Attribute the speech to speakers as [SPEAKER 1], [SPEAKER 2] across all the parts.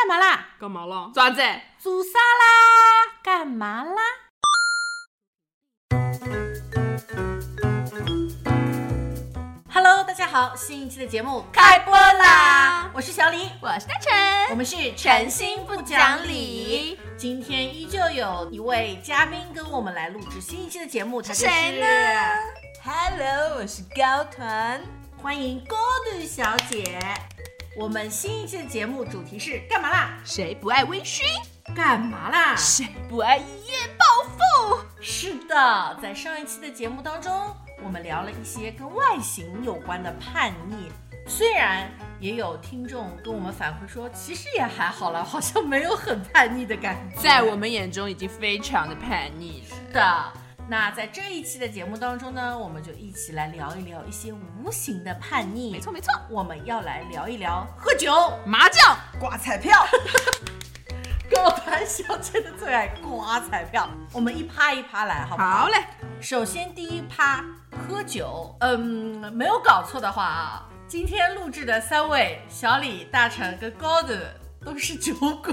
[SPEAKER 1] 干嘛啦？
[SPEAKER 2] 爪子，
[SPEAKER 3] 煮沙拉干嘛啦？Hello，大家好，新一期的节目
[SPEAKER 2] 开播啦！
[SPEAKER 3] 我是小李，
[SPEAKER 2] 我是大陈，
[SPEAKER 3] 我们是
[SPEAKER 2] 诚心不讲理。
[SPEAKER 3] 今天依旧有一位嘉宾跟我们来录制新一期的节目，他就是
[SPEAKER 2] 谁呢？Hello，我是高团。
[SPEAKER 3] 欢迎郭律小姐。我们新一期的节目主题是干嘛啦？
[SPEAKER 2] 谁不爱微醺？
[SPEAKER 3] 干嘛啦？
[SPEAKER 2] 谁不爱一夜暴富？
[SPEAKER 3] 是的，在上一期的节目当中，我们聊了一些跟外形有关的叛逆。虽然也有听众跟我们反馈说，其实也还好啦，好像没有很叛逆的感觉。
[SPEAKER 2] 在我们眼中已经非常的叛逆了。
[SPEAKER 3] 的。那在这一期的节目当中呢，我们就一起来聊一聊一些无形的叛逆。
[SPEAKER 2] 没错没错，
[SPEAKER 3] 我们要来聊一聊喝酒、
[SPEAKER 2] 麻将、
[SPEAKER 3] 刮彩票。 高团小姐的最爱刮彩票，我们一趴一趴来，好不好？
[SPEAKER 2] 好嘞，
[SPEAKER 3] 首先第一趴喝酒，嗯，没有搞错的话啊，今天录制的三位小李、大成跟高的都是酒鬼，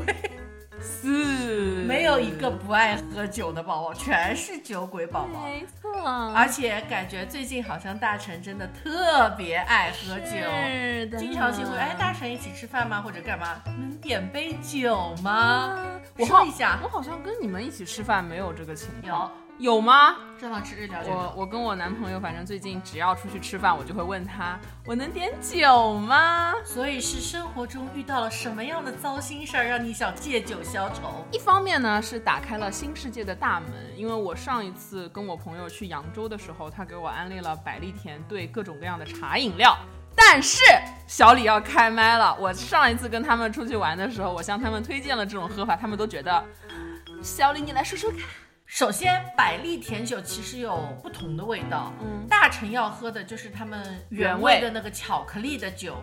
[SPEAKER 2] 四
[SPEAKER 3] 没有一个不爱喝酒的宝宝，全是酒鬼宝宝。
[SPEAKER 2] 没错，
[SPEAKER 3] 而且感觉最近好像大成真的特别爱喝酒，
[SPEAKER 2] 是的，
[SPEAKER 3] 经常性会哎，大成一起吃饭吗？或者干嘛？能点杯酒吗？
[SPEAKER 2] 啊我
[SPEAKER 3] 说
[SPEAKER 2] 好
[SPEAKER 3] 一下，
[SPEAKER 2] 我好像跟你们一起吃饭没有这个情况，
[SPEAKER 3] 有
[SPEAKER 2] 有吗？
[SPEAKER 3] 正好吃日料这
[SPEAKER 2] 我
[SPEAKER 3] 种。
[SPEAKER 2] 我跟我男朋友，反正最近只要出去吃饭，我就会问他，我能点酒吗？
[SPEAKER 3] 所以是生活中遇到了什么样的糟心事儿，让你想借酒消愁？
[SPEAKER 2] 一方面呢是打开了新世界的大门，因为我上一次跟我朋友去扬州的时候，他给我安利了百利甜兑各种各样的茶饮料。但是小李要开麦了，我上一次跟他们出去玩的时候，我向他们推荐了这种喝法，他们都觉得小李你来说说看，
[SPEAKER 3] 首先，百利甜酒其实有不同的味道。
[SPEAKER 2] 嗯，
[SPEAKER 3] 大成要喝的就是他们原味的那个巧克力的酒，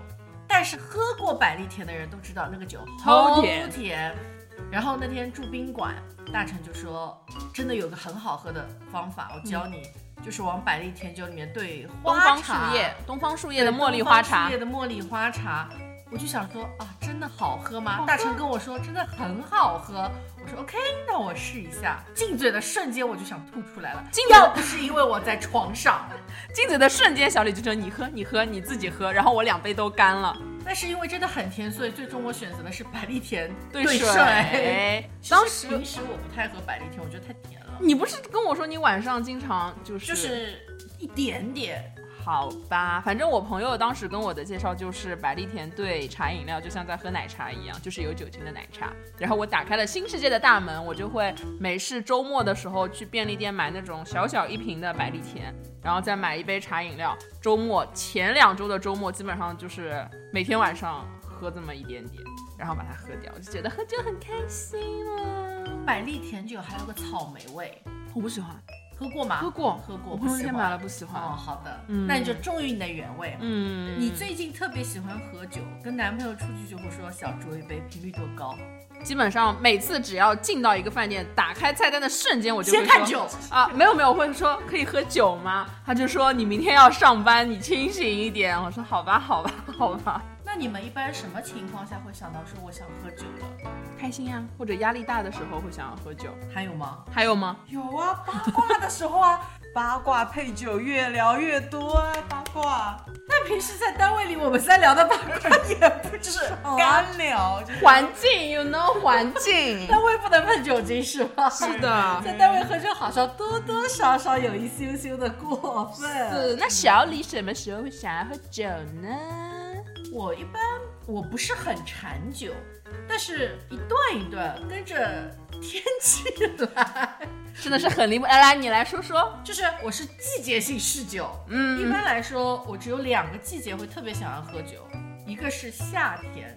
[SPEAKER 3] 但是喝过百利甜的人都知道那个酒
[SPEAKER 2] 齁甜
[SPEAKER 3] 齁甜。然后那天住宾馆，大成就说真的有个很好喝的方法，我教你，就是往百利甜酒里面兑
[SPEAKER 2] 嗯东
[SPEAKER 3] 花
[SPEAKER 2] 方
[SPEAKER 3] 茶，
[SPEAKER 2] 树叶，东方树叶的茉莉花
[SPEAKER 3] 东方
[SPEAKER 2] 茶
[SPEAKER 3] 树叶，的茉莉花茶。我就想说啊，真的好喝吗？
[SPEAKER 2] 好喝
[SPEAKER 3] 大成跟我说真的很好喝，我说 OK，那我试一下。进嘴的瞬间我就想吐出来了，
[SPEAKER 2] 进嘴
[SPEAKER 3] 要不是因为我在床上，
[SPEAKER 2] 进嘴的瞬间，小李就说你喝你喝你自己喝，然后我两杯都干了。
[SPEAKER 3] 但是因为真的很甜，所以最终我选择的是百利甜
[SPEAKER 2] 兑哎
[SPEAKER 3] 水。 其实
[SPEAKER 2] 当时
[SPEAKER 3] 平时我不太喝百利甜，我觉得太甜了，
[SPEAKER 2] 你不是跟我说你晚上经常就是
[SPEAKER 3] 就是一点点。
[SPEAKER 2] 好吧，反正我朋友当时跟我的介绍就是百利甜兑茶饮料，就像在喝奶茶一样，就是有酒精的奶茶。然后我打开了新世界的大门，我就会每是周末的时候去便利店买那种小小一瓶的百利甜，然后再买一杯茶饮料。周末前两周的周末，基本上就是每天晚上喝这么一点点，然后把它喝掉，我就觉得喝酒很开心啊。
[SPEAKER 3] 百利甜酒还有个草莓味，
[SPEAKER 2] 我不喜欢，
[SPEAKER 3] 喝过吗？
[SPEAKER 2] 喝过
[SPEAKER 3] 喝过，
[SPEAKER 2] 我
[SPEAKER 3] 不
[SPEAKER 2] 朋友
[SPEAKER 3] 喜
[SPEAKER 2] 先
[SPEAKER 3] 欢。
[SPEAKER 2] 买了不喜欢。
[SPEAKER 3] 哦，好的，
[SPEAKER 2] 嗯
[SPEAKER 3] 那你就忠于你的原味。
[SPEAKER 2] 嗯，
[SPEAKER 3] 你最近特别喜欢喝酒，跟男朋友出去就会说小酌一杯，频率多高？
[SPEAKER 2] 基本上每次只要进到一个饭店，打开菜单的瞬间，我就会
[SPEAKER 3] 先看
[SPEAKER 2] 说
[SPEAKER 3] 酒，
[SPEAKER 2] 啊，没有没有，我会说可以喝酒吗？他就说你明天要上班，你清醒一点。我说好吧，好吧，好吧。
[SPEAKER 3] 那你们一般什么情况下会想到说我想喝酒了？
[SPEAKER 2] 开心啊，或者压力大的时候会想要喝酒。
[SPEAKER 3] 还有吗？
[SPEAKER 2] 还有吗？
[SPEAKER 4] 有啊，八卦的时候啊， 八卦配酒越聊越多啊，八卦
[SPEAKER 3] 那平时在单位里我们三聊的八卦也不啊
[SPEAKER 4] 就
[SPEAKER 3] 止
[SPEAKER 4] 是干
[SPEAKER 2] 啊
[SPEAKER 4] 聊，就是
[SPEAKER 2] 环境，you know，环境。
[SPEAKER 3] 单位不能碰酒精是吗？
[SPEAKER 2] 是的。
[SPEAKER 3] 在单位喝酒好像多多少少有一羞羞的过分。
[SPEAKER 2] 是，那小李什么时候会想要喝酒呢？
[SPEAKER 3] 我一般我不是很馋酒，但是一段一段跟着天气来。
[SPEAKER 2] 真的是很离谱。哎来来，你来说说。
[SPEAKER 3] 就是我是季节性嗜酒，
[SPEAKER 2] 嗯
[SPEAKER 3] 一般来说我只有两个季节会特别想要喝酒，一个是夏天，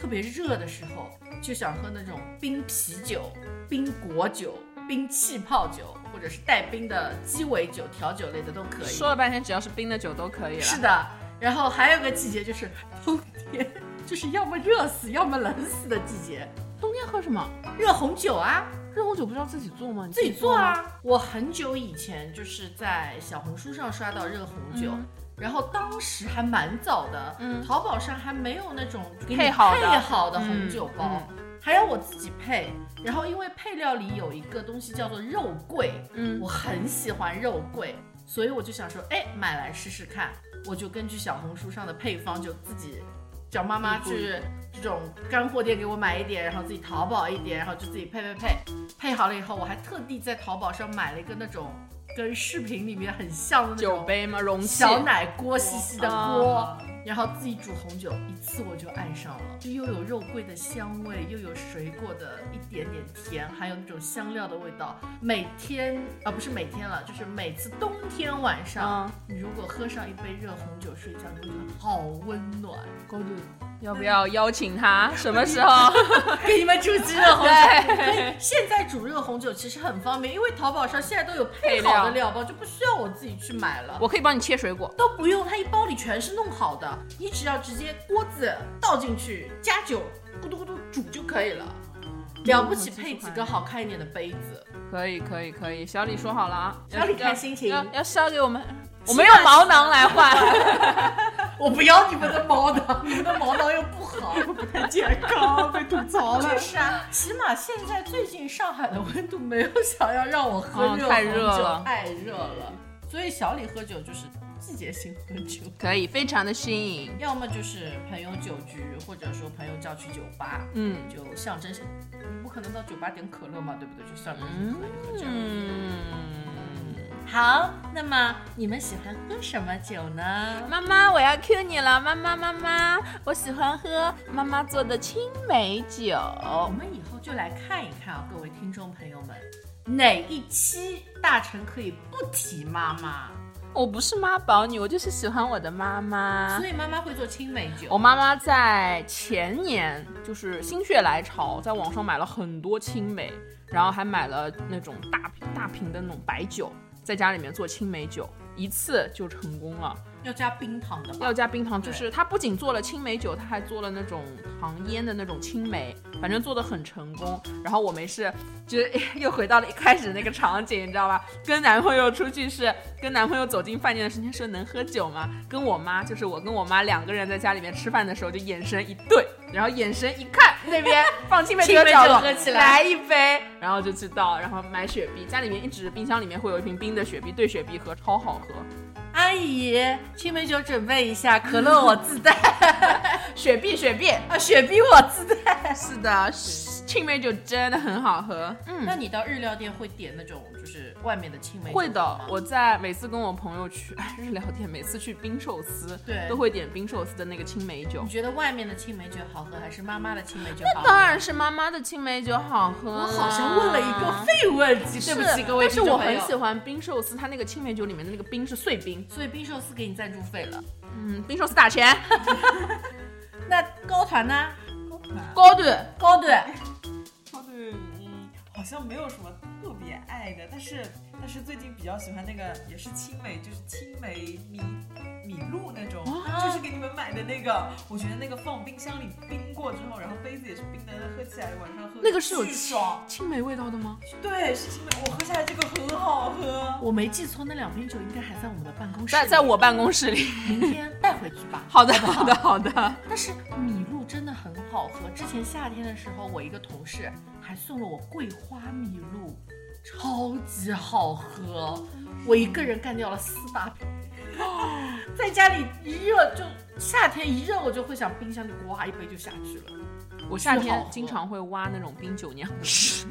[SPEAKER 3] 特别热的时候就想喝那种冰啤酒、冰果酒、冰气泡酒，或者是带冰的鸡尾酒、调酒类的都可以。
[SPEAKER 2] 说了半天，只要是冰的酒都可以了。
[SPEAKER 3] 是的，然后还有个季节就是冬天，就是要么热死，要么冷死的季节，
[SPEAKER 2] 冬天喝什么？
[SPEAKER 3] 热红酒啊。
[SPEAKER 2] 热红酒不是要自己做吗？你
[SPEAKER 3] 自己做
[SPEAKER 2] 吗。
[SPEAKER 3] 啊！我很久以前就是在小红书上刷到热红酒，
[SPEAKER 2] 嗯
[SPEAKER 3] 然后当时还蛮早的，
[SPEAKER 2] 嗯
[SPEAKER 3] 淘宝上还没有那种给你
[SPEAKER 2] 配好的嗯
[SPEAKER 3] 配好的红酒包，还要我自己配。然后因为配料里有一个东西叫做肉桂，
[SPEAKER 2] 嗯
[SPEAKER 3] 我很喜欢肉桂，所以我就想说，哎，买来试试看。我就根据小红书上的配方，就自己叫妈
[SPEAKER 2] 嗯
[SPEAKER 3] 妈去这种干货店给我买一点，然后自己淘宝一点，然后就自己配配配。配好了以后，我还特地在淘宝上买了一个那种跟视频里面很像的那
[SPEAKER 2] 酒
[SPEAKER 3] 种
[SPEAKER 2] 杯吗？容器。
[SPEAKER 3] 小奶锅细细的锅
[SPEAKER 4] 啊，
[SPEAKER 3] 然后自己煮红酒，一次我就爱上了，就又有肉桂的香味，又有水果的一点点甜，还有那种香料的味道。每天啊，不是每天了，就是每次冬天晚
[SPEAKER 2] 嗯
[SPEAKER 3] 上，你如果喝上一杯热红酒睡觉，你会觉得好温暖。高度，
[SPEAKER 2] 要不要邀请他？什么时候？
[SPEAKER 3] 给你们煮鸡热红酒。
[SPEAKER 2] 对，
[SPEAKER 3] 现在煮热红酒其实很方便，因为淘宝上现在都有配好的料包，就不需要我自己去买了。
[SPEAKER 2] 我可以帮你切水果。
[SPEAKER 3] 都不用，它一包里全是弄好的，你只要直接锅子倒进去，加酒，咕嘟咕嘟煮就可以了。
[SPEAKER 4] 嗯
[SPEAKER 3] 了不起，配几个好看一点的杯子。
[SPEAKER 2] 可以，可以，可以。小李说好了啊，
[SPEAKER 3] 小李
[SPEAKER 2] 要
[SPEAKER 3] 看心情
[SPEAKER 2] 要要烧给我们，我们用毛囊来换。
[SPEAKER 3] 我不要你们的毛囊，你们的毛囊又不好。
[SPEAKER 4] 健康被吐槽了
[SPEAKER 3] 就。是啊，起码现在最近上海的温度没有想要让我喝
[SPEAKER 4] 哦
[SPEAKER 2] 嗯
[SPEAKER 3] 热、
[SPEAKER 2] 太热了
[SPEAKER 3] 太热了。所以小李喝酒就是季节性喝酒，
[SPEAKER 2] 可以，非常的新颖。
[SPEAKER 3] 要么就是朋友酒局，或者说朋友叫去酒吧，
[SPEAKER 2] 嗯
[SPEAKER 3] 就象征性，你不可能到酒吧点可乐嘛，对不对？就象征性喝一喝酒。
[SPEAKER 2] 嗯，
[SPEAKER 3] 好，那么你们喜欢喝什么酒呢？
[SPEAKER 2] 妈妈，我要 Q 你了，妈妈妈妈，我喜欢喝妈妈做的青梅酒。
[SPEAKER 3] 我们以后就来看一看啊，各位听众朋友们，哪一期大成可以不提妈妈，
[SPEAKER 2] 我哦不是妈宝女，我就是喜欢我的妈妈
[SPEAKER 3] 所。以妈妈会做青梅酒。
[SPEAKER 2] 我妈妈在前年就是心血来潮，在网上买了很多青梅，然后还买了那种大瓶大瓶的那种白酒，在家里面做青梅酒，一次就成功了。
[SPEAKER 3] 要加冰糖的吧？
[SPEAKER 2] 要加冰糖，就是她不仅做了青梅酒，她还做了那种糖腌的那种青梅，反正做的很成功。然后我没事，就是又回到了一开始那个场景，你知道吧？ 跟男朋友出去是跟男朋友走进饭店的时间说能喝酒吗？跟我妈就是我跟我妈两个人在家里面吃饭的时候，就眼神一对，然后眼神一看那边放青梅酒
[SPEAKER 3] 青
[SPEAKER 2] 的
[SPEAKER 3] 梅
[SPEAKER 2] 角
[SPEAKER 3] 酒
[SPEAKER 2] 落，
[SPEAKER 3] 喝起来
[SPEAKER 2] 来一杯，然后就知道，然后买雪碧，家里面一直冰箱里面会有一瓶冰的雪碧，兑雪碧喝超好喝。
[SPEAKER 3] 阿姨，青梅酒准备一下，可乐我自 带
[SPEAKER 2] 雪碧，雪碧。
[SPEAKER 3] 啊，雪碧我自 带。
[SPEAKER 2] 是的，青梅酒真的很好喝。嗯，
[SPEAKER 3] 那你到日料店会点那种就是外面的青梅酒
[SPEAKER 2] 会的
[SPEAKER 3] 吗。
[SPEAKER 2] 我在每次跟我朋友去 哎日料店，每次去冰寿司，
[SPEAKER 3] 对
[SPEAKER 2] 都会点冰寿司的那个青梅酒
[SPEAKER 3] 你。觉得外面的青梅酒好喝，还是妈妈的青梅酒好喝？
[SPEAKER 2] 当然是妈妈的青梅酒好喝。啊
[SPEAKER 3] 我好像问了一个。废问题，对
[SPEAKER 2] 是
[SPEAKER 3] 不起各位
[SPEAKER 2] 但是
[SPEAKER 3] 听众
[SPEAKER 2] 我
[SPEAKER 3] 朋
[SPEAKER 2] 很
[SPEAKER 3] 友
[SPEAKER 2] 喜欢冰寿司，它那个青梅酒里面的那个冰是碎冰，
[SPEAKER 3] 所以冰寿司给你赞助费了。
[SPEAKER 2] 嗯，冰寿司打钱，
[SPEAKER 3] 那高团呢？
[SPEAKER 2] 高度
[SPEAKER 3] 高队
[SPEAKER 4] 哦对，嗯，好像没有什么特别爱的，但是但是最近比较喜欢那个也是青梅，就是青梅米米露那种，
[SPEAKER 2] 啊
[SPEAKER 4] 就是给你们买的那个，我觉得那个放冰箱里冰过之后，然后杯子也是冰的，喝起来晚上喝
[SPEAKER 2] 那个是有
[SPEAKER 4] 巨爽，
[SPEAKER 2] 青梅味道的吗？
[SPEAKER 4] 对，是青梅，我喝下来这个很好喝，
[SPEAKER 3] 我没记错，那两瓶酒应该还在我们的办公室里，
[SPEAKER 2] 在在 我办公室里。
[SPEAKER 3] 明天带回去吧。
[SPEAKER 2] 好的，好的，好的。
[SPEAKER 3] 但是米露真的很好喝，之前夏天的时候，我一个同事还送了我桂花米露，超级好喝，我一个人干掉了四大 瓶。在家里一热就夏天一热，我就会想冰箱里哇一杯就下去了，
[SPEAKER 2] 我夏
[SPEAKER 3] 是好
[SPEAKER 2] 天
[SPEAKER 3] 喝
[SPEAKER 2] 经常会挖那种冰酒酿吃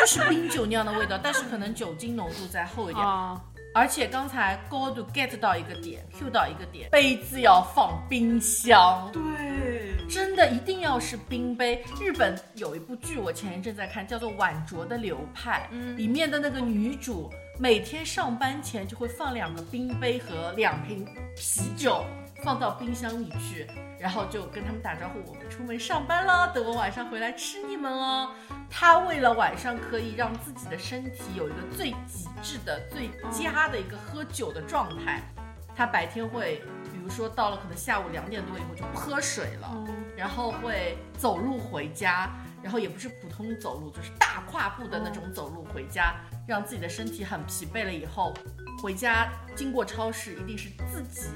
[SPEAKER 3] 就是冰酒酿的味道，但是可能酒精浓度再厚一点。
[SPEAKER 2] 啊。
[SPEAKER 3] 而且刚才高度 get 到一个点，Q 到一个点，杯子要放冰箱，
[SPEAKER 4] 对，
[SPEAKER 3] 真的一定要是冰杯。日本有一部剧，我前一阵在看，叫做《晚酌的流派》，
[SPEAKER 2] 嗯
[SPEAKER 3] 里面的那个女主每天上班前就会放两个冰杯和两瓶啤酒放到冰箱里去，然后就跟他们打招呼，我们出门上班了，等我晚上回来吃你们哦。她为了晚上可以让自己的身体有一个最极致的、最佳的一个喝酒的状态，她白天会，比如说到了可能下午两点多以后就不喝水了。
[SPEAKER 2] 哦
[SPEAKER 3] 然后会走路回家，然后也不是普通走路，就是大跨步的那种走路回家，让自己的身体很疲惫了以后，回家经过超市，一定是自己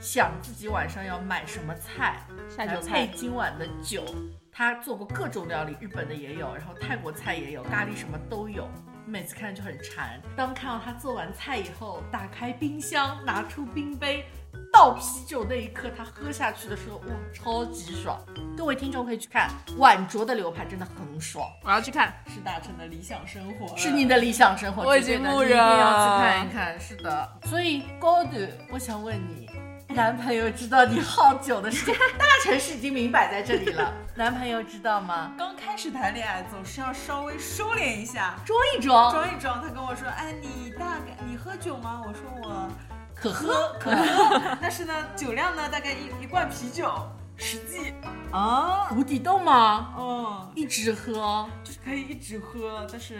[SPEAKER 3] 想自己晚上要买什么菜，
[SPEAKER 2] 下
[SPEAKER 3] 来
[SPEAKER 2] 酒
[SPEAKER 3] 配
[SPEAKER 2] 菜，
[SPEAKER 3] 今晚的酒。他做过各种料理，日本的也有，然后泰国菜也有，咖喱什么都有。每次看着就很馋。当看到他做完菜以后，打开冰箱，拿出冰杯，倒啤酒那一刻，他喝下去的时候，哇，超级爽！各位听众可以去看《晚酌的流派》，真的很爽，
[SPEAKER 2] 我要去看。
[SPEAKER 4] 是大成的理想生活，
[SPEAKER 3] 是你的理想生活。
[SPEAKER 2] 我已
[SPEAKER 3] 绝对
[SPEAKER 2] 经
[SPEAKER 3] 的
[SPEAKER 2] 目
[SPEAKER 3] 你一定要
[SPEAKER 2] 热
[SPEAKER 3] 去看一看。是的，所以 Gold，我想问你，男朋友知道你好酒的事情，大城市已经明摆在这里了，男朋友知道吗？
[SPEAKER 4] 刚开始谈恋爱总是要稍微收敛一下，
[SPEAKER 3] 装一装，
[SPEAKER 4] 装一装。他跟我说，哎，你大概你喝酒吗？我说我
[SPEAKER 3] 可喝可
[SPEAKER 4] 喝，但是呢，酒量呢大概一一罐啤酒实际啊，
[SPEAKER 3] 无底洞吗？
[SPEAKER 4] 哦，
[SPEAKER 3] 一直喝，
[SPEAKER 4] 就是可以一直喝，但是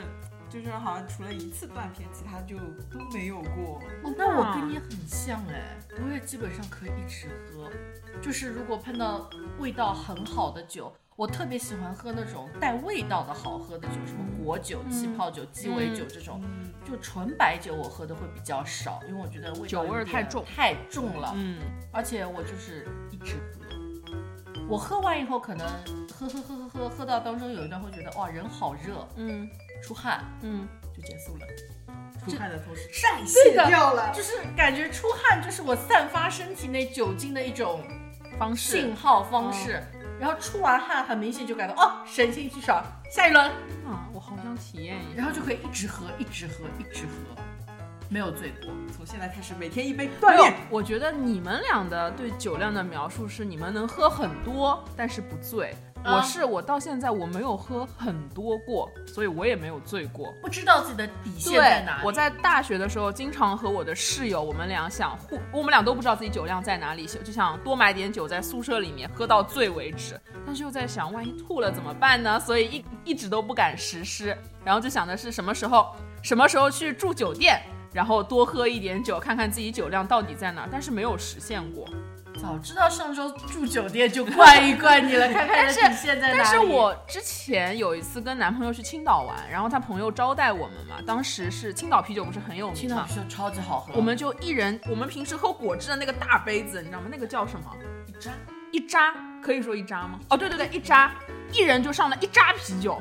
[SPEAKER 4] 就是好像除了一次断片，其他就都没有过。
[SPEAKER 3] 哦，那我跟你很像哎，我也基本上可以一直喝，就是如果碰到味道很好的酒，我特别喜欢喝那种带味道的好喝的酒，什么果酒、气泡酒、鸡尾酒这种。
[SPEAKER 4] 嗯，
[SPEAKER 3] 就纯白酒我喝的会比较少，因为我觉得味道
[SPEAKER 2] 酒味儿
[SPEAKER 3] 有点
[SPEAKER 2] 太重
[SPEAKER 3] 太重了。
[SPEAKER 2] 嗯，
[SPEAKER 3] 而且我就是一直喝，我喝完以后可能喝喝喝喝喝喝到当中有一段会觉得哇人好热，
[SPEAKER 2] 嗯
[SPEAKER 3] 出汗
[SPEAKER 2] 嗯，
[SPEAKER 3] 就结束了。
[SPEAKER 4] 出汗的同时
[SPEAKER 3] 晒
[SPEAKER 4] 卸掉了，
[SPEAKER 3] 就是感觉出汗就是我散发身体内酒精的一种
[SPEAKER 2] 方式
[SPEAKER 3] 信。号方式，
[SPEAKER 2] 嗯
[SPEAKER 3] 然后出完汗很明显就感到哦神清气爽，下一轮，
[SPEAKER 2] 啊，我好想体验一下。
[SPEAKER 3] 然后就可以一直喝一直喝一直喝，没有醉过。
[SPEAKER 4] 从现在开始每天一杯
[SPEAKER 2] 没
[SPEAKER 4] 锻
[SPEAKER 2] 有
[SPEAKER 4] 炼。，
[SPEAKER 2] 我觉得你们俩的对酒量的描述是你们能喝很多，但是不醉。
[SPEAKER 3] 啊
[SPEAKER 2] 我是我到现在我没有喝很多过，所以我也没有醉过。
[SPEAKER 3] 不知道自己的底线
[SPEAKER 2] 对
[SPEAKER 3] 在哪里。
[SPEAKER 2] 我在大学的时候，经常和我的室友，我们俩想互，我们俩都不知道自己酒量在哪里，就想多买点酒在宿舍里面喝到醉为止。但是又在想，万一吐了怎么办呢？所以一一直都不敢实施。然后就想的是什么时候，什么时候去住酒店，然后多喝一点酒，看看自己酒量到底在哪儿。但是没有实现过。
[SPEAKER 3] 早知道上周住酒店就灌一灌你了，看看你的底线在哪里。
[SPEAKER 2] 但是我之前有一次跟男朋友去青岛玩，然后他朋友招待我们嘛，当时是青岛啤酒不是很有
[SPEAKER 3] 青
[SPEAKER 2] 名
[SPEAKER 3] 岛
[SPEAKER 2] 嘛
[SPEAKER 3] 啤，酒超级好喝，
[SPEAKER 2] 我们就一人，我们平时喝果汁的那个大杯子，你知道吗？那个叫什么？
[SPEAKER 4] 一扎
[SPEAKER 2] 一扎，可以说一扎吗？哦，对对对，一扎，一人就上了一扎啤酒，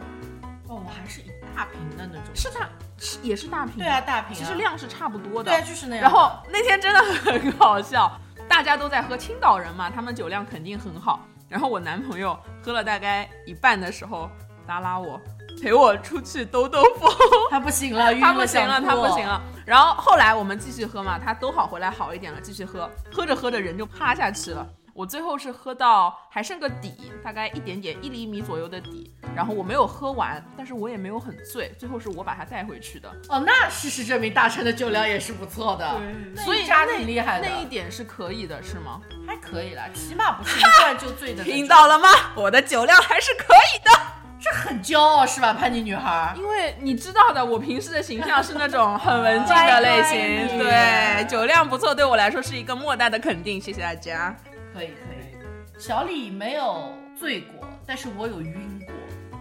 [SPEAKER 3] 哦，我还是一大瓶的那种。
[SPEAKER 2] 是大，是也是大瓶，
[SPEAKER 3] 对啊，，大瓶、啊。
[SPEAKER 2] 其实量是差不多的。
[SPEAKER 3] 对啊，就是那样。
[SPEAKER 2] 然后那天真的很搞笑，大家都在喝，青岛人嘛，他们酒量肯定很好。然后我男朋友喝了大概一半的时候，拉拉我，陪我出去兜兜风。
[SPEAKER 3] 他不行了，晕
[SPEAKER 2] 他不行
[SPEAKER 3] 想
[SPEAKER 2] 了，
[SPEAKER 3] 吐
[SPEAKER 2] 他不行。了。然后后来我们继续喝嘛，他都好回来好一点了，继续喝，喝着喝着人就趴下去了。我最后是喝到还剩个底，大概一点点一厘米左右的底，然后我没有喝完，但是我也没有很醉，最后是我把它带回去的，
[SPEAKER 3] 哦，那事实证明大成的酒量也是不错的，
[SPEAKER 4] 对，
[SPEAKER 2] 所
[SPEAKER 3] 所
[SPEAKER 2] 以
[SPEAKER 3] 以渣
[SPEAKER 2] 那
[SPEAKER 3] 挺厉害的，
[SPEAKER 2] 那一点是可以的，是吗？
[SPEAKER 3] 还可以啦，起码不是一灌就醉的那 种。
[SPEAKER 2] 听到了吗？我的酒量还是可以的，
[SPEAKER 3] 这很骄傲是吧，叛逆女孩？
[SPEAKER 2] 因为你知道的，我平时的形象是那种 很文静的类
[SPEAKER 3] 乖
[SPEAKER 2] 型，
[SPEAKER 3] 乖
[SPEAKER 2] 对，酒量不错对我来说是一个莫大的肯定，谢谢大家。
[SPEAKER 3] 可以可以。小李没有醉过，但是我有晕过。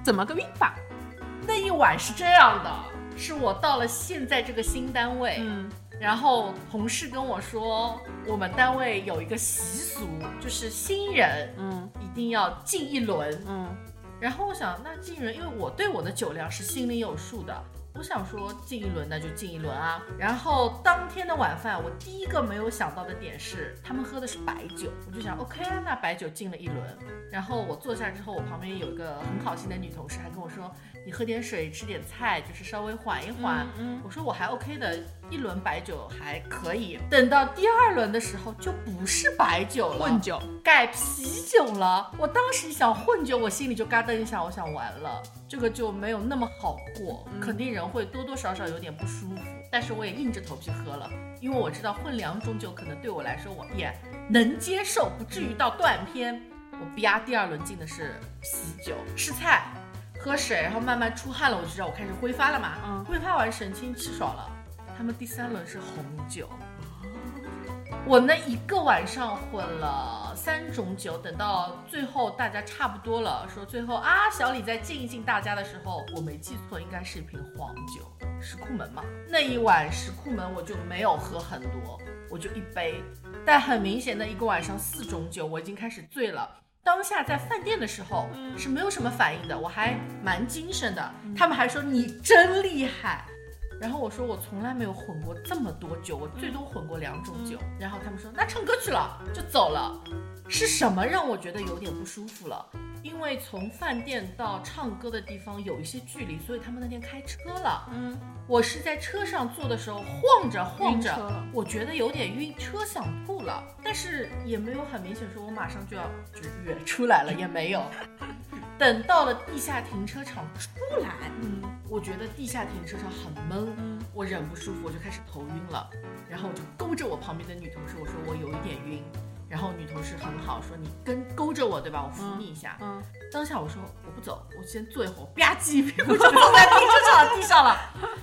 [SPEAKER 2] 怎么个晕法？
[SPEAKER 3] 那一晚是这样的，是我到了现在这个新单位，
[SPEAKER 2] 嗯。
[SPEAKER 3] 然后同事跟我说，我们单位有一个习俗，就是新人
[SPEAKER 2] 嗯
[SPEAKER 3] 一定要敬一轮。
[SPEAKER 2] 嗯
[SPEAKER 3] 然后我想，那敬一轮，因为我对我的酒量是心里有数的，我想说敬一轮那就敬一轮啊。然后当天的晚饭，我第一个没有想到的点是，他们喝的是白酒，我就想 OK 啊，那白酒敬了一轮。然后我坐下之后，我旁边有一个很好心的女同事还跟我说，你喝点水，吃点菜，就是稍微缓一缓。
[SPEAKER 2] 嗯，
[SPEAKER 3] 我说我还 OK 的，一轮白酒还可以。等到第二轮的时候，就不是白酒了，
[SPEAKER 2] 混酒，
[SPEAKER 3] 改啤酒了。我当时一想混酒，我心里就嘎噔一下，我想完了，这个就没有那么好过，
[SPEAKER 2] 嗯
[SPEAKER 3] 肯定人会多多少少有点不舒服。但是我也硬着头皮喝了，因为我知道混两种酒可能对我来说我也能接受，不至于到断片。我啪，第二轮进的是啤酒，吃菜，喝水，然后慢慢出汗了，我就知道我开始挥发了嘛。
[SPEAKER 2] 嗯
[SPEAKER 3] 挥发完神清气爽了，他们第三轮是红酒。我那一个晚上混了三种酒，等到最后大家差不多了，说最后啊，小李再敬一敬大家的时候，我没记错，应该是一瓶黄酒。石库门嘛。那一碗石库门我就没有喝很多，我就一杯。但很明显的一个晚上四种酒，我已经开始醉了。当下在饭店的时候是没有什么反应的，我还蛮精神的。他们还说你真厉害。然后我说我从来没有混过这么多酒，我最多混过两种酒。然后他们说那唱歌去了，就走了。是什么让我觉得有点不舒服了？因为从饭店到唱歌的地方有一些距离，所以他们那天开车了。
[SPEAKER 2] 嗯，
[SPEAKER 3] 我是在车上坐的时候晃着晃
[SPEAKER 2] 晕车了
[SPEAKER 3] 着，我觉得有点晕车，想吐了，但是也没有很明显说我马上就要就是远出来了，也没有。等到了地下停车场出来，
[SPEAKER 2] 嗯
[SPEAKER 3] 我觉得地下停车场很闷，
[SPEAKER 2] 嗯
[SPEAKER 3] 我忍不舒服，我就开始头晕了，然后我就勾着我旁边的女同事，我说我有一点晕，然后女同事很好，说你跟勾着我对吧，我扶你一下。
[SPEAKER 2] 嗯，
[SPEAKER 3] 当下我说我不走，我先坐一会儿，吧 唧一屁股就坐在停车场地上了。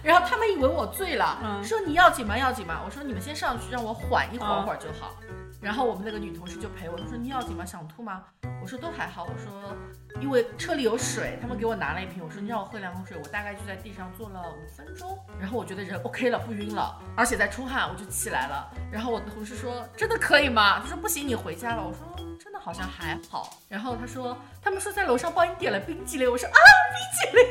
[SPEAKER 3] 然后他们以为我醉了，
[SPEAKER 2] 嗯
[SPEAKER 3] 说你要紧吗？要紧吗？我说你们先上去，让我缓一会儿
[SPEAKER 2] 嗯
[SPEAKER 3] 会儿就好。然后我们那个女同事就陪我，她说你要紧吗？想吐吗？我说都还好。我说因为车里有水，他们给我拿了一瓶，我说你让我喝两口水。我大概就在地上坐了五分钟，然后我觉得人 OK 了，不晕了，而且在出汗，我就起来了。然后我的同事说真的可以吗？他说不行，你回家了。我说真的好像还好。然后他说他们说在楼上帮你点了冰激凌，我说啊冰激凌，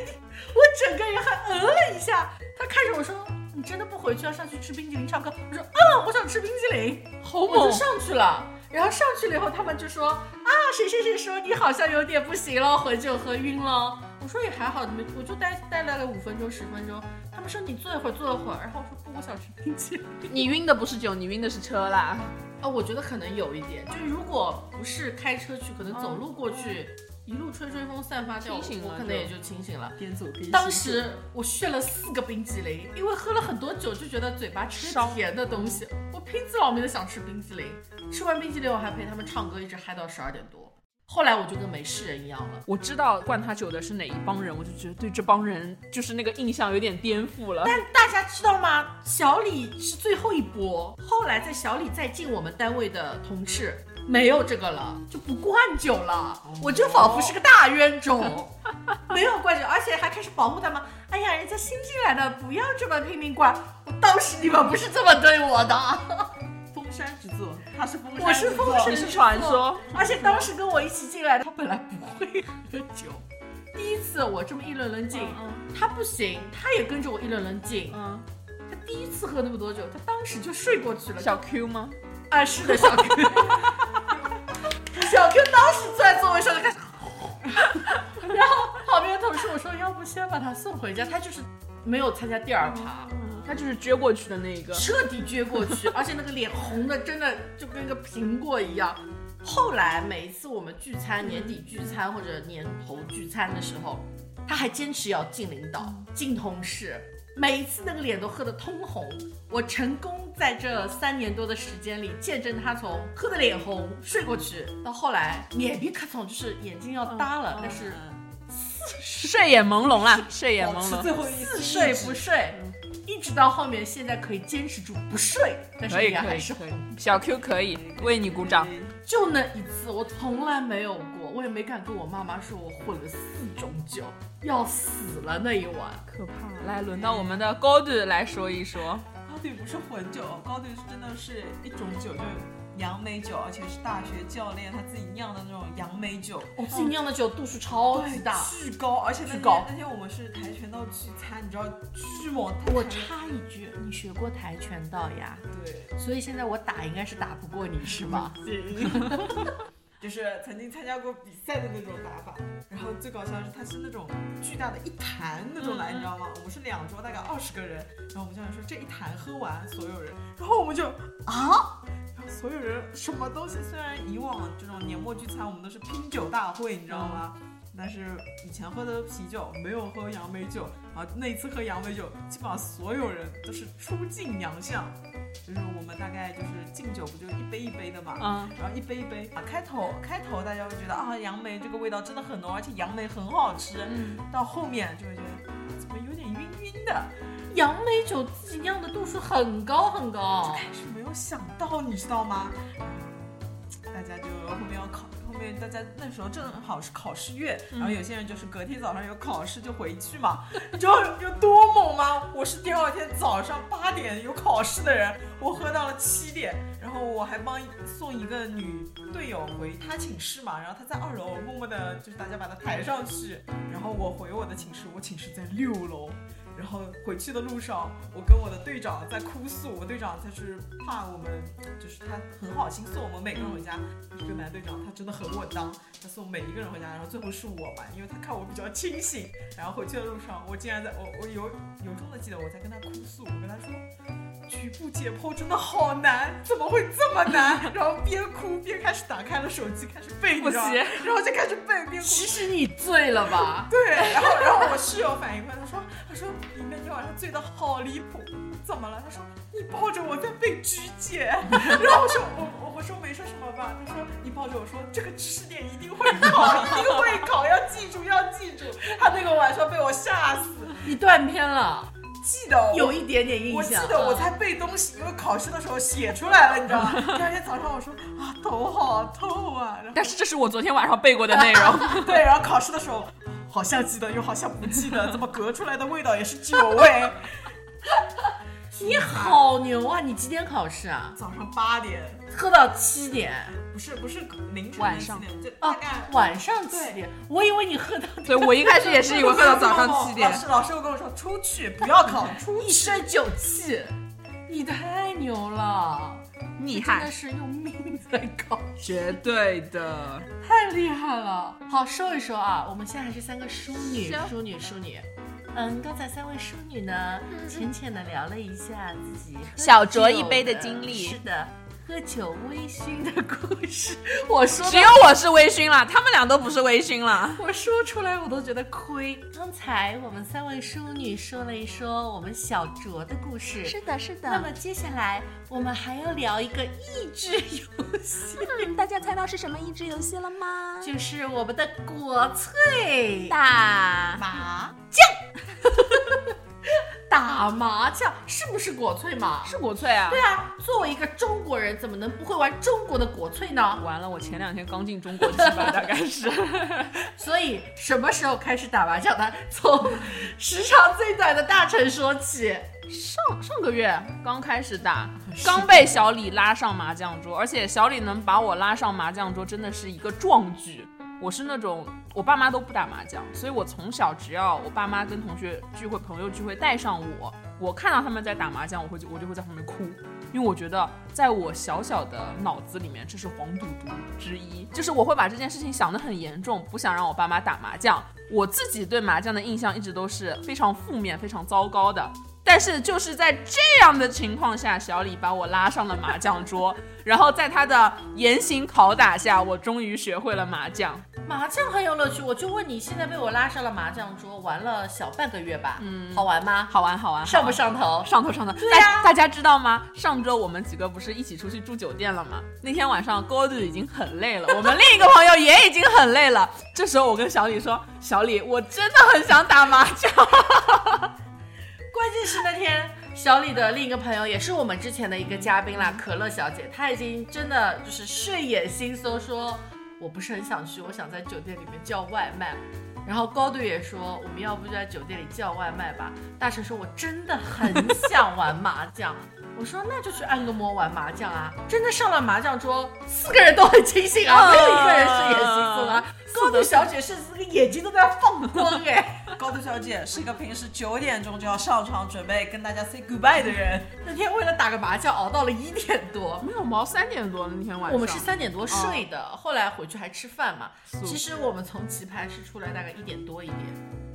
[SPEAKER 3] 我整个人还呃了一下。他看着我说你真的不回去要上去吃冰激凌唱歌？我说啊我想吃冰激凌。
[SPEAKER 2] 好
[SPEAKER 3] 我
[SPEAKER 2] 猛啊
[SPEAKER 3] 就，上去了，然后上去了以后，他们就说啊，谁谁谁说你好像有点不行了，回去有喝晕了。我说也还好，没，我就待待了个五分钟十分钟。他们说你坐一会儿，坐一会儿，然后我说不，我想吃 冰淇淋。
[SPEAKER 2] 你晕的不是酒，你晕的是车啦。
[SPEAKER 3] 啊，我觉得可能有一点，就是如果不是开车去，可能走路过去，一路吹吹风散发掉，
[SPEAKER 2] 哦清醒
[SPEAKER 3] 我
[SPEAKER 2] 了
[SPEAKER 3] 可能
[SPEAKER 2] 就
[SPEAKER 3] 也就清醒了。
[SPEAKER 4] 边走边
[SPEAKER 3] 当
[SPEAKER 4] 行
[SPEAKER 3] 时我炫了四个冰激凌，因为喝了很多酒，就觉得嘴巴吃
[SPEAKER 2] 烧
[SPEAKER 3] 甜的东西，我拼死老命的想吃冰激凌。吃完冰激凌，我还陪他们唱歌，一直嗨到十二点多。后来我就跟没事人一样了。
[SPEAKER 2] 我知道灌他酒的是哪一帮人，我就觉得对这帮人就是那个印象有点颠覆了。
[SPEAKER 3] 但大家知道吗？小李是最后一波。后来在小李再进我们单位的同事没有这个了，就不灌酒了。我就仿佛是个大冤种， 没有灌酒，而且还开始保护他们。哎呀，人家新进来的，不要这么拼命灌。我当时你们不是这么对我的。
[SPEAKER 4] 封山之作，他是封山，
[SPEAKER 3] 我是封神
[SPEAKER 2] 你
[SPEAKER 3] 之
[SPEAKER 2] 是
[SPEAKER 3] 作
[SPEAKER 2] 传说，
[SPEAKER 3] 而且当时跟我一起进来的，他本来不会喝酒。第一次我这么一轮轮进，
[SPEAKER 2] 嗯
[SPEAKER 3] 他不行，他也跟着我一轮轮进。
[SPEAKER 2] 嗯，
[SPEAKER 3] 他第一次喝那么多酒，他当时就睡过去了。
[SPEAKER 2] 小 Q 吗？
[SPEAKER 3] 啊，是的，小 Q，小 Q 当时坐在座位上就开始， 然后旁边同事我说，要不先把他送回家，他就是没有参加第二趴。
[SPEAKER 2] 他就是撅过去的那一个。
[SPEAKER 3] 彻底撅过去，而且那个脸红的真的就跟个苹果一样。后来每一次我们聚餐、年底聚餐或者年头聚餐的时候，他还坚持要敬领导、敬同事，每一次那个脸都喝得通红。我成功在这三年多的时间里，见证他从喝得脸红睡过去，到后来脸皮可肿，就是眼睛要耷
[SPEAKER 4] 嗯
[SPEAKER 3] 了，但是
[SPEAKER 2] 睡眼朦胧啦，睡
[SPEAKER 3] 嗯
[SPEAKER 2] 眼朦
[SPEAKER 4] 保持最
[SPEAKER 2] 胧。
[SPEAKER 4] 后一嗯
[SPEAKER 3] 似睡不
[SPEAKER 4] 是
[SPEAKER 3] 睡，一直到后面现在可以坚持住不睡，但是
[SPEAKER 2] 可以
[SPEAKER 3] 脸
[SPEAKER 2] 可
[SPEAKER 3] 还
[SPEAKER 2] 以
[SPEAKER 3] 是红
[SPEAKER 2] 可。以，小 Q 可以，为你鼓掌。
[SPEAKER 3] 就那一次，我从来没有过，我也没敢跟我妈妈说我混了四种酒，要死了那一晚。
[SPEAKER 2] 可怕。来，轮到我们的 Gold 来说一说。
[SPEAKER 4] 高队不是混酒，高队是真的是一种酒，就是杨梅酒，而且是大学教练他自己酿的那种杨梅酒，
[SPEAKER 3] 我自己酿的酒度数超级
[SPEAKER 4] 对
[SPEAKER 3] 大，
[SPEAKER 4] 巨高，而且那
[SPEAKER 3] 巨
[SPEAKER 4] 天
[SPEAKER 3] 高
[SPEAKER 4] 那天我们是跆拳道聚餐，你知道巨猛，
[SPEAKER 3] 我插一句，你学过跆拳道呀？
[SPEAKER 4] 对，
[SPEAKER 3] 所以现在我打应该是打不过你是吧？
[SPEAKER 4] 嗯 就是曾经参加过比赛的那种打法。然后最搞笑的是，它是那种巨大的一坛那种来，
[SPEAKER 2] 嗯嗯
[SPEAKER 4] 你知道吗？我们是两桌，大概二十个人，然后我们教练说这一坛喝完所有人，然后我们就啊。然后所有人什么东西？虽然以往这种年末聚餐我们都是拼酒大会，你知道
[SPEAKER 2] 嗯
[SPEAKER 4] 吗？但是以前喝的啤酒没有喝杨梅酒啊，那一次喝杨梅酒，基本上所有人都是出尽洋相，就是我们大概就是敬酒不就一杯一杯的嘛，
[SPEAKER 2] 嗯，
[SPEAKER 4] 然后一杯一杯啊，开头开头大家会觉得啊，杨梅这个味道真的很浓，而且杨梅很好吃。
[SPEAKER 2] 嗯
[SPEAKER 4] 到后面就会觉得怎么有点晕晕的，
[SPEAKER 3] 杨梅酒自己酿的度数很高很高，
[SPEAKER 4] 但是没有想到，你知道吗？大家就后面要考，后面大家那时候正好是考试月，然后有些人就是隔天早上有考试就回去嘛，你知道有多猛吗？我是第二天早上八点有考试的人，我喝到了七点，然后我还帮送一个女队友回她寝室嘛，然后她在二楼，我默默的就是大家把她抬上去，然后我回我的寝室，我寝室在六楼。然后回去的路上，我跟我的队长在哭诉，我队长就是怕我们，就是他很好心送我们每个人回家。这个男队长他真的很稳当，他送每一个人回家，然后最后是我嘛，因为他看我比较清醒。然后回去的路上，我竟然在我我由由衷的记得我在跟他哭诉，我跟他说，局部解剖真的好难，怎么会这么难？然后边哭边开始打开了手机开始 背，你知道吗
[SPEAKER 2] 复习
[SPEAKER 4] 然后就开始背边哭。
[SPEAKER 3] 其实你醉了吧？
[SPEAKER 4] 对，然后然后我室友反应过来，他说他说你那天晚上醉的好离谱，怎么了？他说你抱着我在被拘解， 然后我说我我我说没说什么吧，他说你抱着我说这个知识点一定会考，一定会考，要记住要记住。他那个晚上被我吓死，
[SPEAKER 3] 你断片了，
[SPEAKER 4] 记得我
[SPEAKER 3] 有一点点印
[SPEAKER 4] 我记
[SPEAKER 3] 象。嗯
[SPEAKER 4] 得我在背东西，因为考试的时候写出来了，你知道吗？第二天早上我说啊头好痛啊，然后
[SPEAKER 2] 但是这是我昨天晚上背过的内 容。
[SPEAKER 4] 对，然后考试的时候，好像记得又好像不记得，怎么隔出来的味道也是酒味。
[SPEAKER 3] 你好牛啊！你几点考试啊？
[SPEAKER 4] 早上八点，
[SPEAKER 3] 喝到七点
[SPEAKER 4] 不是不是凌晨
[SPEAKER 2] 晚上哦
[SPEAKER 4] 7点，就大
[SPEAKER 3] 啊
[SPEAKER 4] 概、？
[SPEAKER 3] 晚上七点？我以为你喝到
[SPEAKER 2] 对我一开始也是以为喝到早上七点
[SPEAKER 4] 老。师老师又跟我说出去不要考， 出
[SPEAKER 3] 一
[SPEAKER 4] 去。
[SPEAKER 3] 身酒气，你太牛了！
[SPEAKER 2] 厉
[SPEAKER 3] 这真的
[SPEAKER 2] 害，
[SPEAKER 3] 是用命在搞，
[SPEAKER 2] 绝对的。
[SPEAKER 3] 太厉害了！好，收一收啊，我们现在还是三个淑女，
[SPEAKER 2] 收
[SPEAKER 3] 淑女，淑女。嗯，刚才三位淑女呢，浅浅的聊了一下自己喝
[SPEAKER 2] 嗯小酌一
[SPEAKER 3] 酒
[SPEAKER 2] 杯的经历
[SPEAKER 3] 是的，喝酒微醺的故事。我说
[SPEAKER 2] 只有我是微醺了，他们俩都不是微醺了。
[SPEAKER 3] 我说出来我都觉得亏。刚才我们三位淑女说了一说我们小酌的故事，
[SPEAKER 2] 的，是
[SPEAKER 3] 那么接下来我们还要聊一个益智游 戏，
[SPEAKER 2] 嗯大家猜到是什么益智游戏了吗？
[SPEAKER 3] 就是我们的果脆
[SPEAKER 2] 打
[SPEAKER 4] 麻
[SPEAKER 3] 打麻将，是不是果脆嘛？
[SPEAKER 2] 是果脆啊
[SPEAKER 3] 对。啊，作为一个中国人，怎么能不会玩中国的果脆呢？
[SPEAKER 2] 完了，我前两天刚进中国籍吧，大概是。
[SPEAKER 3] 所以什么时候开始打麻将的？从时长最短的大臣说起。
[SPEAKER 2] 上上个月刚开始打，刚被小李拉上麻将桌，而且小李能把我拉上麻将桌，真的是一个壮举。我是那种我爸妈都不打麻将，所以我从小只要我爸妈跟同学聚会、朋友聚会带上我，我看到他们在打麻将，我会就我就会在旁边哭，因为我觉得在我小小的脑子里面，这是黄赌毒之一，就是我会把这件事情想得很严重，不想让我爸妈打麻将。我自己对麻将的印象一直都是非常负面、非常糟糕的，但是就是在这样的情况下，小李把我拉上了麻将桌，然后在他的严刑拷打下，我终于学会了麻将。
[SPEAKER 3] 麻将很有乐趣，我就问你，现在被我拉上了麻将桌，玩了小半个月吧，嗯，好玩吗？
[SPEAKER 2] 好玩，好玩，
[SPEAKER 3] 上不上头？
[SPEAKER 2] 上头上头。
[SPEAKER 3] 对
[SPEAKER 2] 大
[SPEAKER 3] 呀
[SPEAKER 2] 大家知道吗？上周我们几个不是一起出去住酒店了吗？那天晚上 g o d 已经很累了，我们另一个朋友也已经很累了。 这时候我跟小李说：“小李，我真的很想打麻将。
[SPEAKER 3] 关键是那天小李的另一个朋友，也是我们之前的一个嘉宾啦，可乐小姐，她已经真的就是睡眼惺忪说，我不是很想去，我想在酒店里面叫外卖。然后高队也说，我们要不就在酒店里叫外卖吧。大神说，我真的很想玩麻将。啊我说那就去按个摩玩麻将啊！真的上了麻将桌，四个人都很清醒啊，
[SPEAKER 2] 啊
[SPEAKER 3] 没有一个人睡眼惺忪啊。高队小姐是这个眼睛都在放光哎、
[SPEAKER 4] 高度小姐是一个平时九点钟就要上场准备跟大家 say goodbye 的人，
[SPEAKER 3] 那天为了打个麻将熬到了一点多”，
[SPEAKER 2] 没有毛，三点多那天晚上。嗯
[SPEAKER 3] 我们是三点多睡的，后来回去还吃饭嘛。其实我们从棋牌室出来大概一点多一点，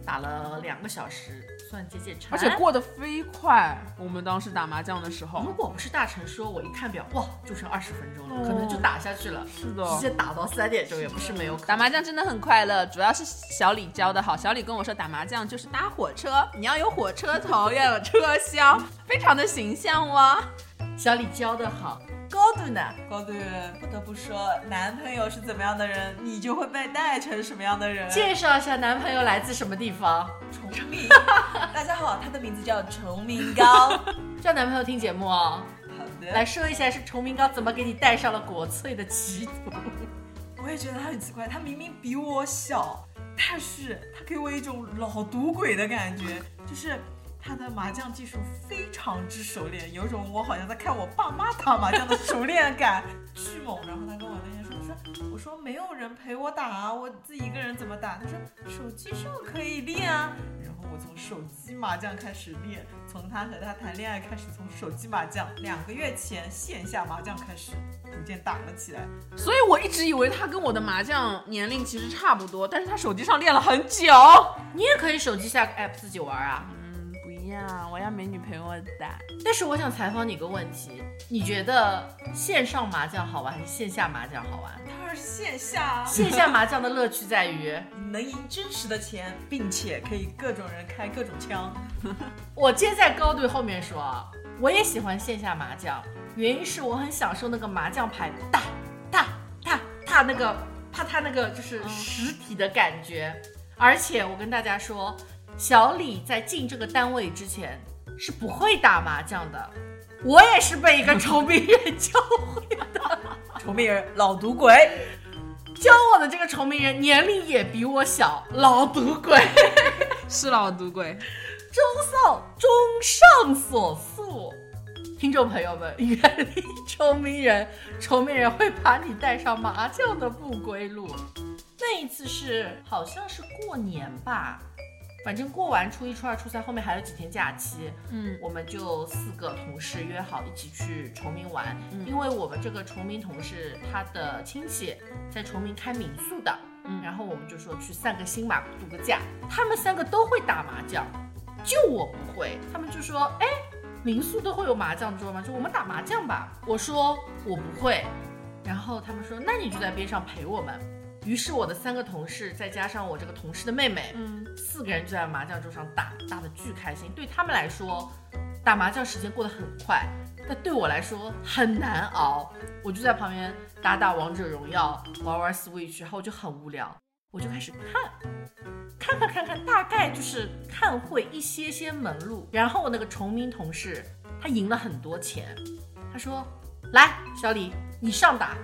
[SPEAKER 3] 打了两个小时，算解解馋。
[SPEAKER 2] 而且过得飞快。我们当时打麻将的时候，
[SPEAKER 3] 如果不是大成说，我一看表，哇，就剩二十分钟了，
[SPEAKER 2] 哦
[SPEAKER 3] 可能就打下去了，
[SPEAKER 2] 是的，
[SPEAKER 3] 直接打到三点钟也不是没有可能。
[SPEAKER 2] 打麻将真的很快乐，主要是小李教的好。小李跟我说，打麻将就是搭火车，你要有火车头，要有车厢，非常的形象哇、嗯
[SPEAKER 3] 小李教的好，高度呢？
[SPEAKER 4] 高度不得不说，男朋友是怎么样的人，你就会被带成什么样的人。
[SPEAKER 3] 介绍一下男朋友来自什么地方？
[SPEAKER 4] 崇明， 大家好，他的名字叫崇明高。
[SPEAKER 3] 叫男朋友听节目哦，
[SPEAKER 4] 好的，
[SPEAKER 3] 来说一下是崇明高怎么给你带上了国粹的歧途。
[SPEAKER 4] 我我也觉得他很奇怪，他明明比我小，但是他给我一种老赌鬼的感觉，就是他的麻将技术非常之熟练，有一种我好像在看我爸妈打麻将的熟练感，巨猛。然后他跟我那天说，说我说没有人陪我打啊，我自己一个人怎么打？他说手机上可以练啊。然后我从手机麻将开始练，从他和他谈恋爱开始，从手机麻将两个月前线下麻将开始，逐渐打了起来。
[SPEAKER 2] 所以我一直以为他跟我的麻将年龄其实差不多，但是他手机上练了很久。
[SPEAKER 3] 你也可以手机下个 app 自己玩啊。
[SPEAKER 2] 嗯，不一样，我要美女陪我打。
[SPEAKER 3] 但是我想采访你个问题，你觉得线上麻将好玩还是线下麻将好玩？
[SPEAKER 4] 当然是线下啊，
[SPEAKER 3] 线下麻将的乐趣在于，
[SPEAKER 4] 能赢真实的钱，并且可以各种人开各种枪。
[SPEAKER 3] 我接在高队后面说啊，我也喜欢线下麻将，原因是我很享受那个麻将牌踏踏踏踏那个啪嗒那个就是实体的感觉。而且我跟大家说，小李在进这个单位之前是不会打麻将的，我也是被一个 筹备人教会
[SPEAKER 4] 崇明人老赌鬼，
[SPEAKER 3] 教我的这个崇明人年龄也比我小，老赌 鬼，
[SPEAKER 2] 是老赌鬼，
[SPEAKER 3] 中上中上所述。听众朋友们，远离崇明人，崇明人会把你带上麻将的不归路。那一次是好像是过年吧，反正过完初一、初二、初三，后面还有几天假期，
[SPEAKER 2] 嗯，
[SPEAKER 3] 我们就四个同事约好一起去崇明玩，
[SPEAKER 2] 嗯
[SPEAKER 3] 因为我们这个崇明同事他的亲戚在崇明开民宿的，
[SPEAKER 2] 嗯
[SPEAKER 3] 然后我们就说去散个心嘛，度个假。他们三个都会打麻将，就我不会。他们就说，哎，民宿都会有麻将桌吗？就我们打麻将吧。我说我不会，然后他们说，那你就在边上陪我们。于是我的三个同事再加上我这个同事的妹妹，
[SPEAKER 2] 嗯，
[SPEAKER 3] 四个人就在麻将桌上打，打的巨开心。对他们来说，打麻将时间过得很快，但对我来说很难熬。我就在旁边打打王者荣耀，玩玩 Switch，然后我就很无聊，我就开始看，看看看看，大概就是看会一些些门路。然后我那个崇明同事，他赢了很多钱，他说：“来，小李，你上打。”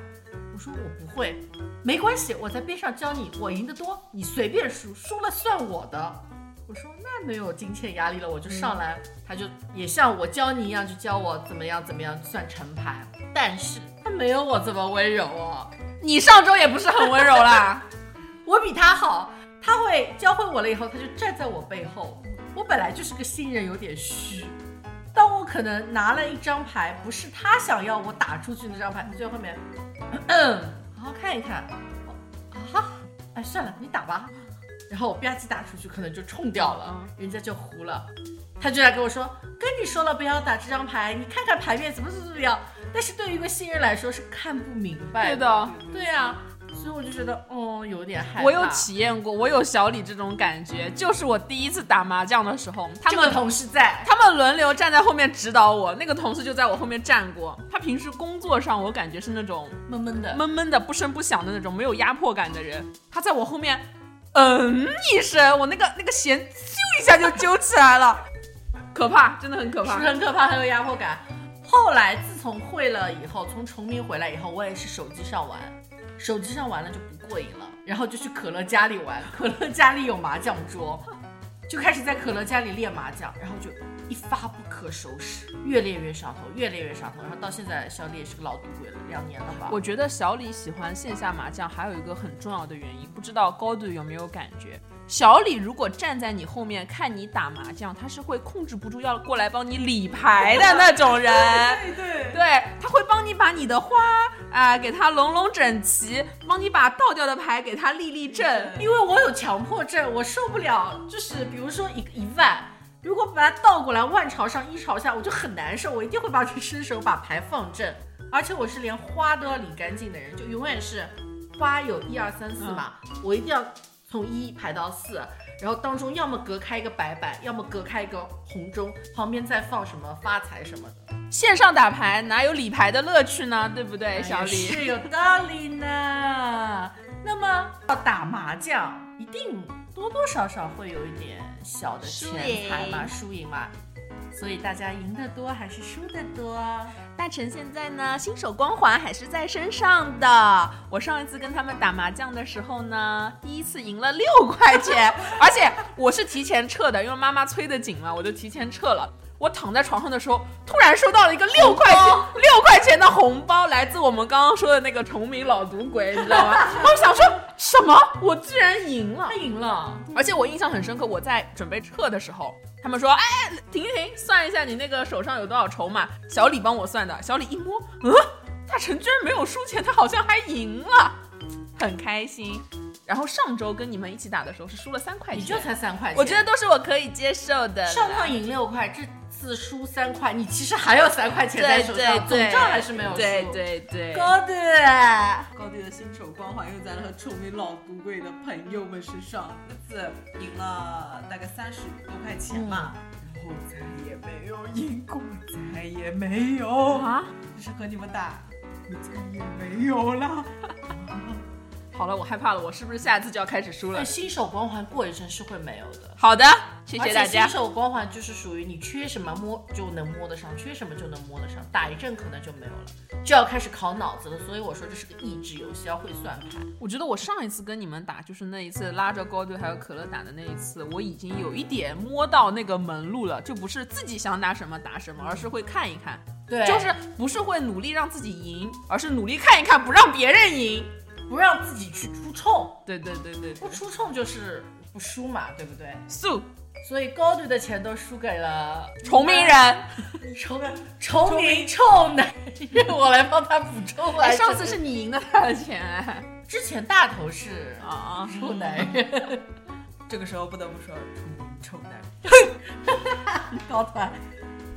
[SPEAKER 3] 我说我不会，没关系，我在边上教你，我赢得多，你随便输，输了算我的。我说那没有金钱压力了，我就上来，他就也像我教你一样，就教我怎么样怎么样算成牌，但是他没有我这么温柔哦，
[SPEAKER 2] 你上周也不是很温柔啦。
[SPEAKER 3] 我比他好，他会教会我了以后，他就站在我背后。我本来就是个新人，有点虚。当我可能拿了一张牌，不是他想要我打出去那张牌，他就在后面，咳咳好好看一看。我啊哈，哎，算了，你打吧。然后我吧唧打出去，可能就冲掉
[SPEAKER 2] 嗯
[SPEAKER 3] 了，人家就糊了。他就来跟我说，跟你说了不要打这张牌，你看看牌面怎么怎么怎么样。但是对于一个新人来说是看不明白
[SPEAKER 2] 对的，
[SPEAKER 3] 对啊，所以我就觉得，哦，有点害怕。
[SPEAKER 2] 我有体验过，我有小李这种感觉，就是我第一次打麻将的时候，他
[SPEAKER 3] 这
[SPEAKER 2] 们
[SPEAKER 3] 个同事在，
[SPEAKER 2] 他们轮流站在后面指导我，那个同事就在我后面站过。他平时工作上，我感觉是那种
[SPEAKER 3] 闷闷的，
[SPEAKER 2] 闷闷的、不声不响的那种，没有压迫感的人。他在我后面，嗯一声，我那个那个弦咻一下就揪起来了，可怕，真的很可
[SPEAKER 3] 是
[SPEAKER 2] 怕
[SPEAKER 3] 不是。很可怕，很有压迫感？后来自从会了以后，从崇明回来以后，我也是手机上玩，手机上玩了就不过瘾了，然后就去可乐家里玩，可乐家里有麻将桌，就开始在可乐家里练麻将，然后就一发不可收拾，越练越上头，越练越上头，然后到现在小李也是个老赌鬼了，两年了吧？
[SPEAKER 2] 我觉得小李喜欢线下麻将还有一个很重要的原因，不知道高队有没有感觉？小李如果站在你后面看你打麻将，他是会控制不住要过来帮你理牌的那种人。
[SPEAKER 4] 对对
[SPEAKER 2] 对，他会帮你把你的花啊、给它拢拢整齐，帮你把倒掉的牌给它立立正。
[SPEAKER 3] 因为我有强迫症，我受不了，就是比如说一一万，如果把它倒过来，万朝上一朝下，我就很难受，我一定会把这伸手把牌放正，而且我是连花都要理干净的人，就永远是花有一二三四嘛，我一定要从一排到四，然后当中要么隔开一个白板，要么隔开一个红中，旁边再放什么发财什么的，
[SPEAKER 2] 线上打牌哪有理牌的乐趣呢？对不对，
[SPEAKER 3] 哎
[SPEAKER 2] 小李？
[SPEAKER 3] 是有道 理呢。那么要打麻将，一定多多少少会有一点小的钱财嘛，输赢嘛。所以大家赢得多还是输得多？
[SPEAKER 2] 大成现在呢，新手光环还是在身上的。我上一次跟他们打麻将的时候呢，第一次赢了六块钱，而且我是提前撤的，因为妈妈催得紧嘛，我就提前撤了。我躺在床上的时候，突然收到了一个六块钱六块钱的红包，来自我们刚刚说的那个崇明老赌鬼，你知道吗？我想说什么？我居然赢了
[SPEAKER 3] 他！赢了，
[SPEAKER 2] 而且我印象很深刻，我在准备撤的时候，他们说：“哎，停一停，算一下你那个手上有多少筹码。”小李帮我算的，小李一摸，嗯，大成居然没有输钱，他好像还赢了，很开心。然后上周跟你们一起打的时候是输了三块
[SPEAKER 3] 你
[SPEAKER 2] 钱，
[SPEAKER 3] 就才三块钱，
[SPEAKER 2] 我觉得都是我可以接受的啦。
[SPEAKER 3] 上趟赢六块，这次输三块，你其实还有三块钱在
[SPEAKER 2] 对
[SPEAKER 3] 手
[SPEAKER 2] 对
[SPEAKER 3] 上，
[SPEAKER 2] 对，
[SPEAKER 3] 总账还是没有输。
[SPEAKER 2] 对对对，
[SPEAKER 3] 的，
[SPEAKER 4] 高低的新手光环又在了和臭美老赌鬼的朋友们身上。那次赢了大概三十多 块钱嘛，
[SPEAKER 3] 嗯
[SPEAKER 4] 然后再也没有赢过，再也没有，
[SPEAKER 2] 啊，
[SPEAKER 4] 就是和你们打，我再也没有了。
[SPEAKER 2] 好了，我害怕了，我是不是下次就要开始输了
[SPEAKER 3] 那？新手光环过一阵是会没有的。
[SPEAKER 2] 好的，谢谢大
[SPEAKER 3] 而且
[SPEAKER 2] 家
[SPEAKER 3] 新。手光环就是属于你缺什么摸就能摸得上，缺什么就能摸得上，打一阵可能就没有了，就要开始考脑子了。所以我说这是个益智游戏，要会算牌。
[SPEAKER 2] 我觉得我上一次跟你们打，就是那一次拉着高队还有可乐打的那一次，我已经有一点摸到那个门路了，就不是自己想打什么打什么，而是会看一看，
[SPEAKER 3] 对，
[SPEAKER 2] 就是不是会努力让自己赢，而是努力看一看，不让别人赢。
[SPEAKER 3] 不让自己去出冲，
[SPEAKER 2] 对对对对
[SPEAKER 3] 不
[SPEAKER 2] 对，
[SPEAKER 3] 出冲就是不输嘛，对不对？
[SPEAKER 2] 素
[SPEAKER 3] 所以高队的钱都输给了
[SPEAKER 2] 崇 明人，
[SPEAKER 3] 崇崇明臭男人，我来帮他补充
[SPEAKER 2] 哎，
[SPEAKER 3] 来。
[SPEAKER 2] 上次是你赢了他的 钱哎
[SPEAKER 3] 之前大头是
[SPEAKER 2] 啊，
[SPEAKER 3] 臭男人，
[SPEAKER 4] 这个时候不得不说，臭男人。
[SPEAKER 3] 高团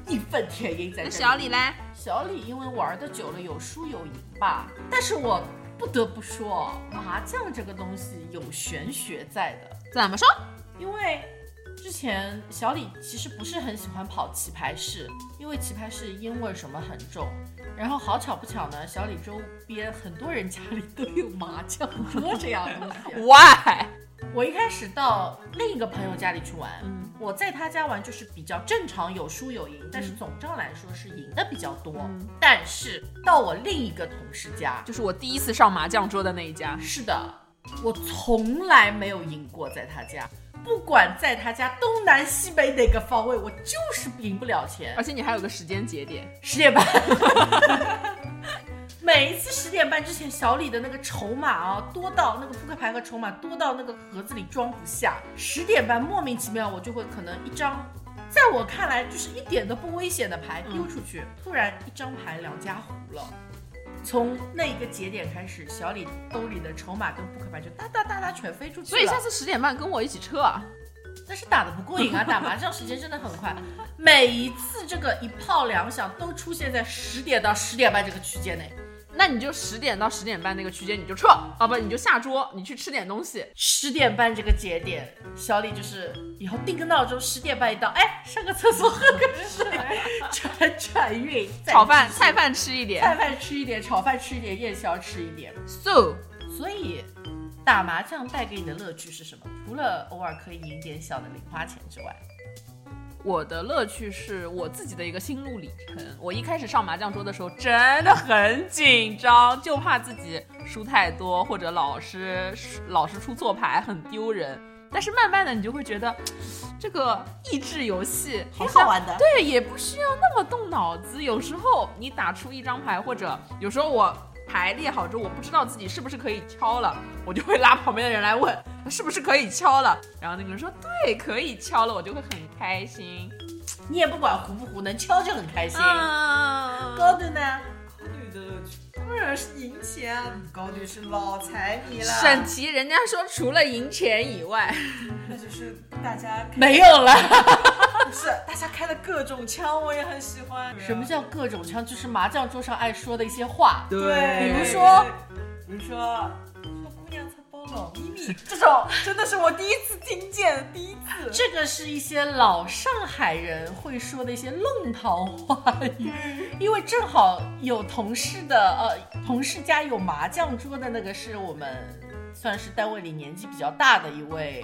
[SPEAKER 3] 义愤填膺在
[SPEAKER 2] 那
[SPEAKER 3] 这里。
[SPEAKER 2] 小李嘞，
[SPEAKER 3] 小李因为玩的久了，有输有赢吧。但是我不得不说，麻将这个东西有玄学在的。
[SPEAKER 2] 怎么说？
[SPEAKER 3] 因为之前小李其实不是很喜欢跑棋牌室，因为棋牌室烟味什么很重。然后好巧不巧呢，小李周边很多人家里都有麻将桌这样的东西。
[SPEAKER 2] why？
[SPEAKER 3] 我一开始到另一个朋友家里去玩，
[SPEAKER 2] 嗯
[SPEAKER 3] 我在他家玩就是比较正常，有输有赢，但是总账来说是赢的比较多。
[SPEAKER 2] 嗯
[SPEAKER 3] 但是到我另一个同事家，
[SPEAKER 2] 就是我第一次上麻将桌的那一家，
[SPEAKER 3] 是的，我从来没有赢过在他家，不管在他家东南西北哪个方位，我就是赢不了钱
[SPEAKER 2] 而。且你还有个时间节点，
[SPEAKER 3] 十点半， 每一次十点半之前，小李的那个筹码啊，多到那个扑克牌和筹码多到那个盒子里装不下。十点半莫名其妙，我就会可能一张。在我看来，就是一点都不危险的牌
[SPEAKER 2] 嗯
[SPEAKER 3] 丢出去，突然一张牌两家胡了。从那一个节点开始，小李兜里的筹码跟扑克牌就哒哒哒哒全飞出去
[SPEAKER 2] 所
[SPEAKER 3] 了。
[SPEAKER 2] 以下次十点半跟我一起撤啊。
[SPEAKER 3] 但是打得不过瘾啊，打麻将时间真的很快，每一次这个一炮两响都出现在十点到十点半这个区间内。
[SPEAKER 2] 那你就十点到十点半那个区间你就撤啊，不你就下桌，你去吃点东西。
[SPEAKER 3] 十点半这个节点，小李就是以后定个闹钟，十点半一到，哎，上个厕所，喝个水，转转运，再
[SPEAKER 2] 炒饭菜饭吃一
[SPEAKER 3] 菜
[SPEAKER 2] 点
[SPEAKER 3] 饭吃一点，炒饭吃一点，夜宵吃一点。
[SPEAKER 2] ，so
[SPEAKER 3] 所以，打麻将带给你的乐趣是什么？除了偶尔可以赢点小的零花钱之外，
[SPEAKER 2] 我的乐趣是我自己的一个心路里程。我一开始上麻将桌的时候真的很紧张，就怕自己输太多，或者老师老师出错牌很丢人。但是慢慢的你就会觉得，这个益智游戏好啊
[SPEAKER 4] 挺
[SPEAKER 2] 像
[SPEAKER 4] 好玩的
[SPEAKER 2] 对，也不需要那么动脑子。有时候你打出一张牌，或者有时候我牌列好之后，我不知道自己是不是可以敲了，我就会拉旁边的人来问是不是可以敲了。然后那个人说对，可以敲了，我就会很开心。
[SPEAKER 3] 你也不管糊不糊，能敲就很开心。
[SPEAKER 2] 嗯，
[SPEAKER 3] 高的呢？
[SPEAKER 4] 高队的乐趣当然是赢钱啊，高队是老财迷了，
[SPEAKER 2] 审题人家说除了赢钱以外，
[SPEAKER 4] 那就是大家开
[SPEAKER 3] 没有了。
[SPEAKER 4] 不是大家开的各种枪，我也很喜欢。
[SPEAKER 3] 什么叫各种枪？就是麻将桌上爱说的一些话。
[SPEAKER 4] 对，
[SPEAKER 3] 比如说，
[SPEAKER 4] 比如说，小姑娘才包老咪咪，这种真的是我第一次听见，第一次。
[SPEAKER 3] 这个是一些老上海人会说的一些弄堂话语，因为正好有同事的呃同事家有麻将桌的那个是我们算是单位里年纪比较大的一位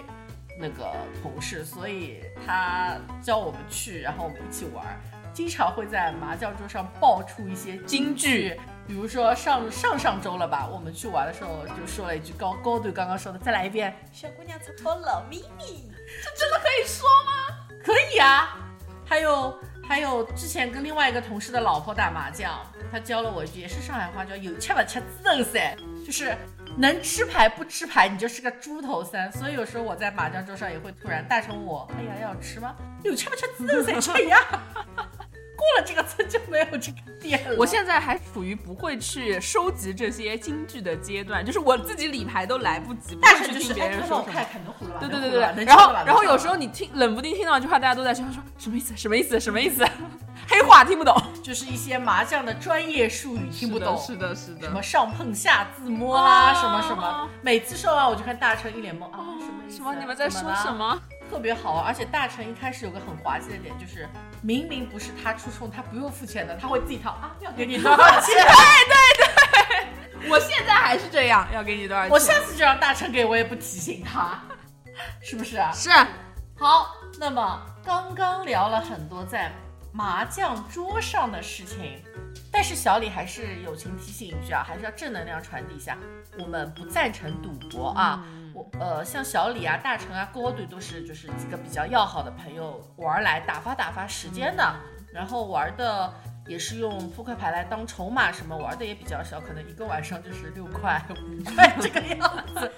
[SPEAKER 3] 那个同事，所以他教我们去，然后我们一起玩儿。经常会在麻将桌上爆出一些金句，比如说上上上周了吧，我们去玩的时候就说了一句高高队刚刚说的，再来一遍，
[SPEAKER 4] 小姑娘藏好老秘密。
[SPEAKER 3] 可以啊。还有还有，之前跟另外一个同事的老婆打麻将，他教了我一句，也是上海话，叫有吃不吃猪头噻，就是能吃牌不吃牌，你就是个猪头三。所以有时候我在麻将桌上也会突然大声我，哎呀，要吃吗？有吃不吃猪头噻，吃呀。过了这个村就没有这个店了。
[SPEAKER 2] 我现在还处于不会去收集这些金句的阶段，就是我自己理牌都来不及，不
[SPEAKER 3] 但
[SPEAKER 2] 会
[SPEAKER 3] 是
[SPEAKER 2] 去
[SPEAKER 3] 就
[SPEAKER 2] 听
[SPEAKER 3] 是
[SPEAKER 2] 别
[SPEAKER 3] 哎，
[SPEAKER 2] 人
[SPEAKER 3] 看
[SPEAKER 2] 说
[SPEAKER 3] 我
[SPEAKER 2] 什
[SPEAKER 3] 看
[SPEAKER 2] 么。
[SPEAKER 3] 看能糊了吧？
[SPEAKER 2] 对对对
[SPEAKER 3] 能糊了吧
[SPEAKER 2] 对对，
[SPEAKER 3] 能
[SPEAKER 2] 然
[SPEAKER 3] 吃
[SPEAKER 2] 后
[SPEAKER 3] 了吧
[SPEAKER 2] 然后
[SPEAKER 3] 能吃了
[SPEAKER 2] 有
[SPEAKER 3] 吧
[SPEAKER 2] 时候你听冷不丁听到一句话，大家都在说说什么意思什么意思什么意思，黑话听不懂，
[SPEAKER 3] 就是一些麻将的专业术语听不懂，
[SPEAKER 2] 是的是的
[SPEAKER 3] 什么上碰下自摸啦，
[SPEAKER 2] 啊
[SPEAKER 3] 什么什么。每次说完我就看大成一脸懵啊，什么意思？
[SPEAKER 2] 什么你们在说什
[SPEAKER 3] 么
[SPEAKER 2] 么？
[SPEAKER 3] 啦？特别好玩，啊而且大成一开始有个很滑稽的点，就是明明不是他出冲，他不用付钱的，他会自己掏啊，要给你多少钱？
[SPEAKER 2] 我现在还是这样，要给你多少钱？
[SPEAKER 3] 我下次就让大成给我也不提醒他，是不是啊？
[SPEAKER 2] 是
[SPEAKER 3] 好，那么刚刚聊了很多在麻将桌上的事情，但是小李还是友情提醒一句啊，还是要正能量传递一下，我们不赞成赌博啊。我呃，像小李啊、大成啊、郭队都是就是几个比较要好的朋友玩儿来打发打发时间的，然后玩的也是用扑克牌来当筹码什么，玩的也比较少，可能一个晚上就是六块、五块这个样子，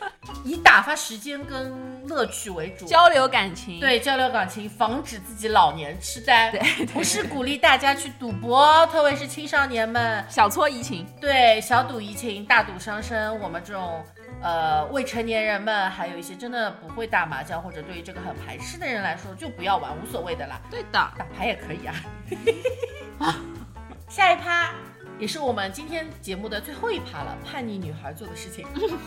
[SPEAKER 3] 以打发时间跟乐趣为主。
[SPEAKER 2] 交流感情，
[SPEAKER 3] 对，交流感情，防止自己老年痴呆。
[SPEAKER 2] 对对
[SPEAKER 3] 不是鼓励大家去赌博，特别是青少年们，
[SPEAKER 2] 小搓怡情，
[SPEAKER 3] 对小赌怡情，大赌伤身。我们这种呃未成年人们，还有一些真的不会打麻将或者对于这个很排斥的人来说，就不要玩，无所谓的啦，
[SPEAKER 2] 对的，
[SPEAKER 3] 打牌也可以啊。下一趴也是我们今天节目的最后一趴了，叛逆女孩做的事情，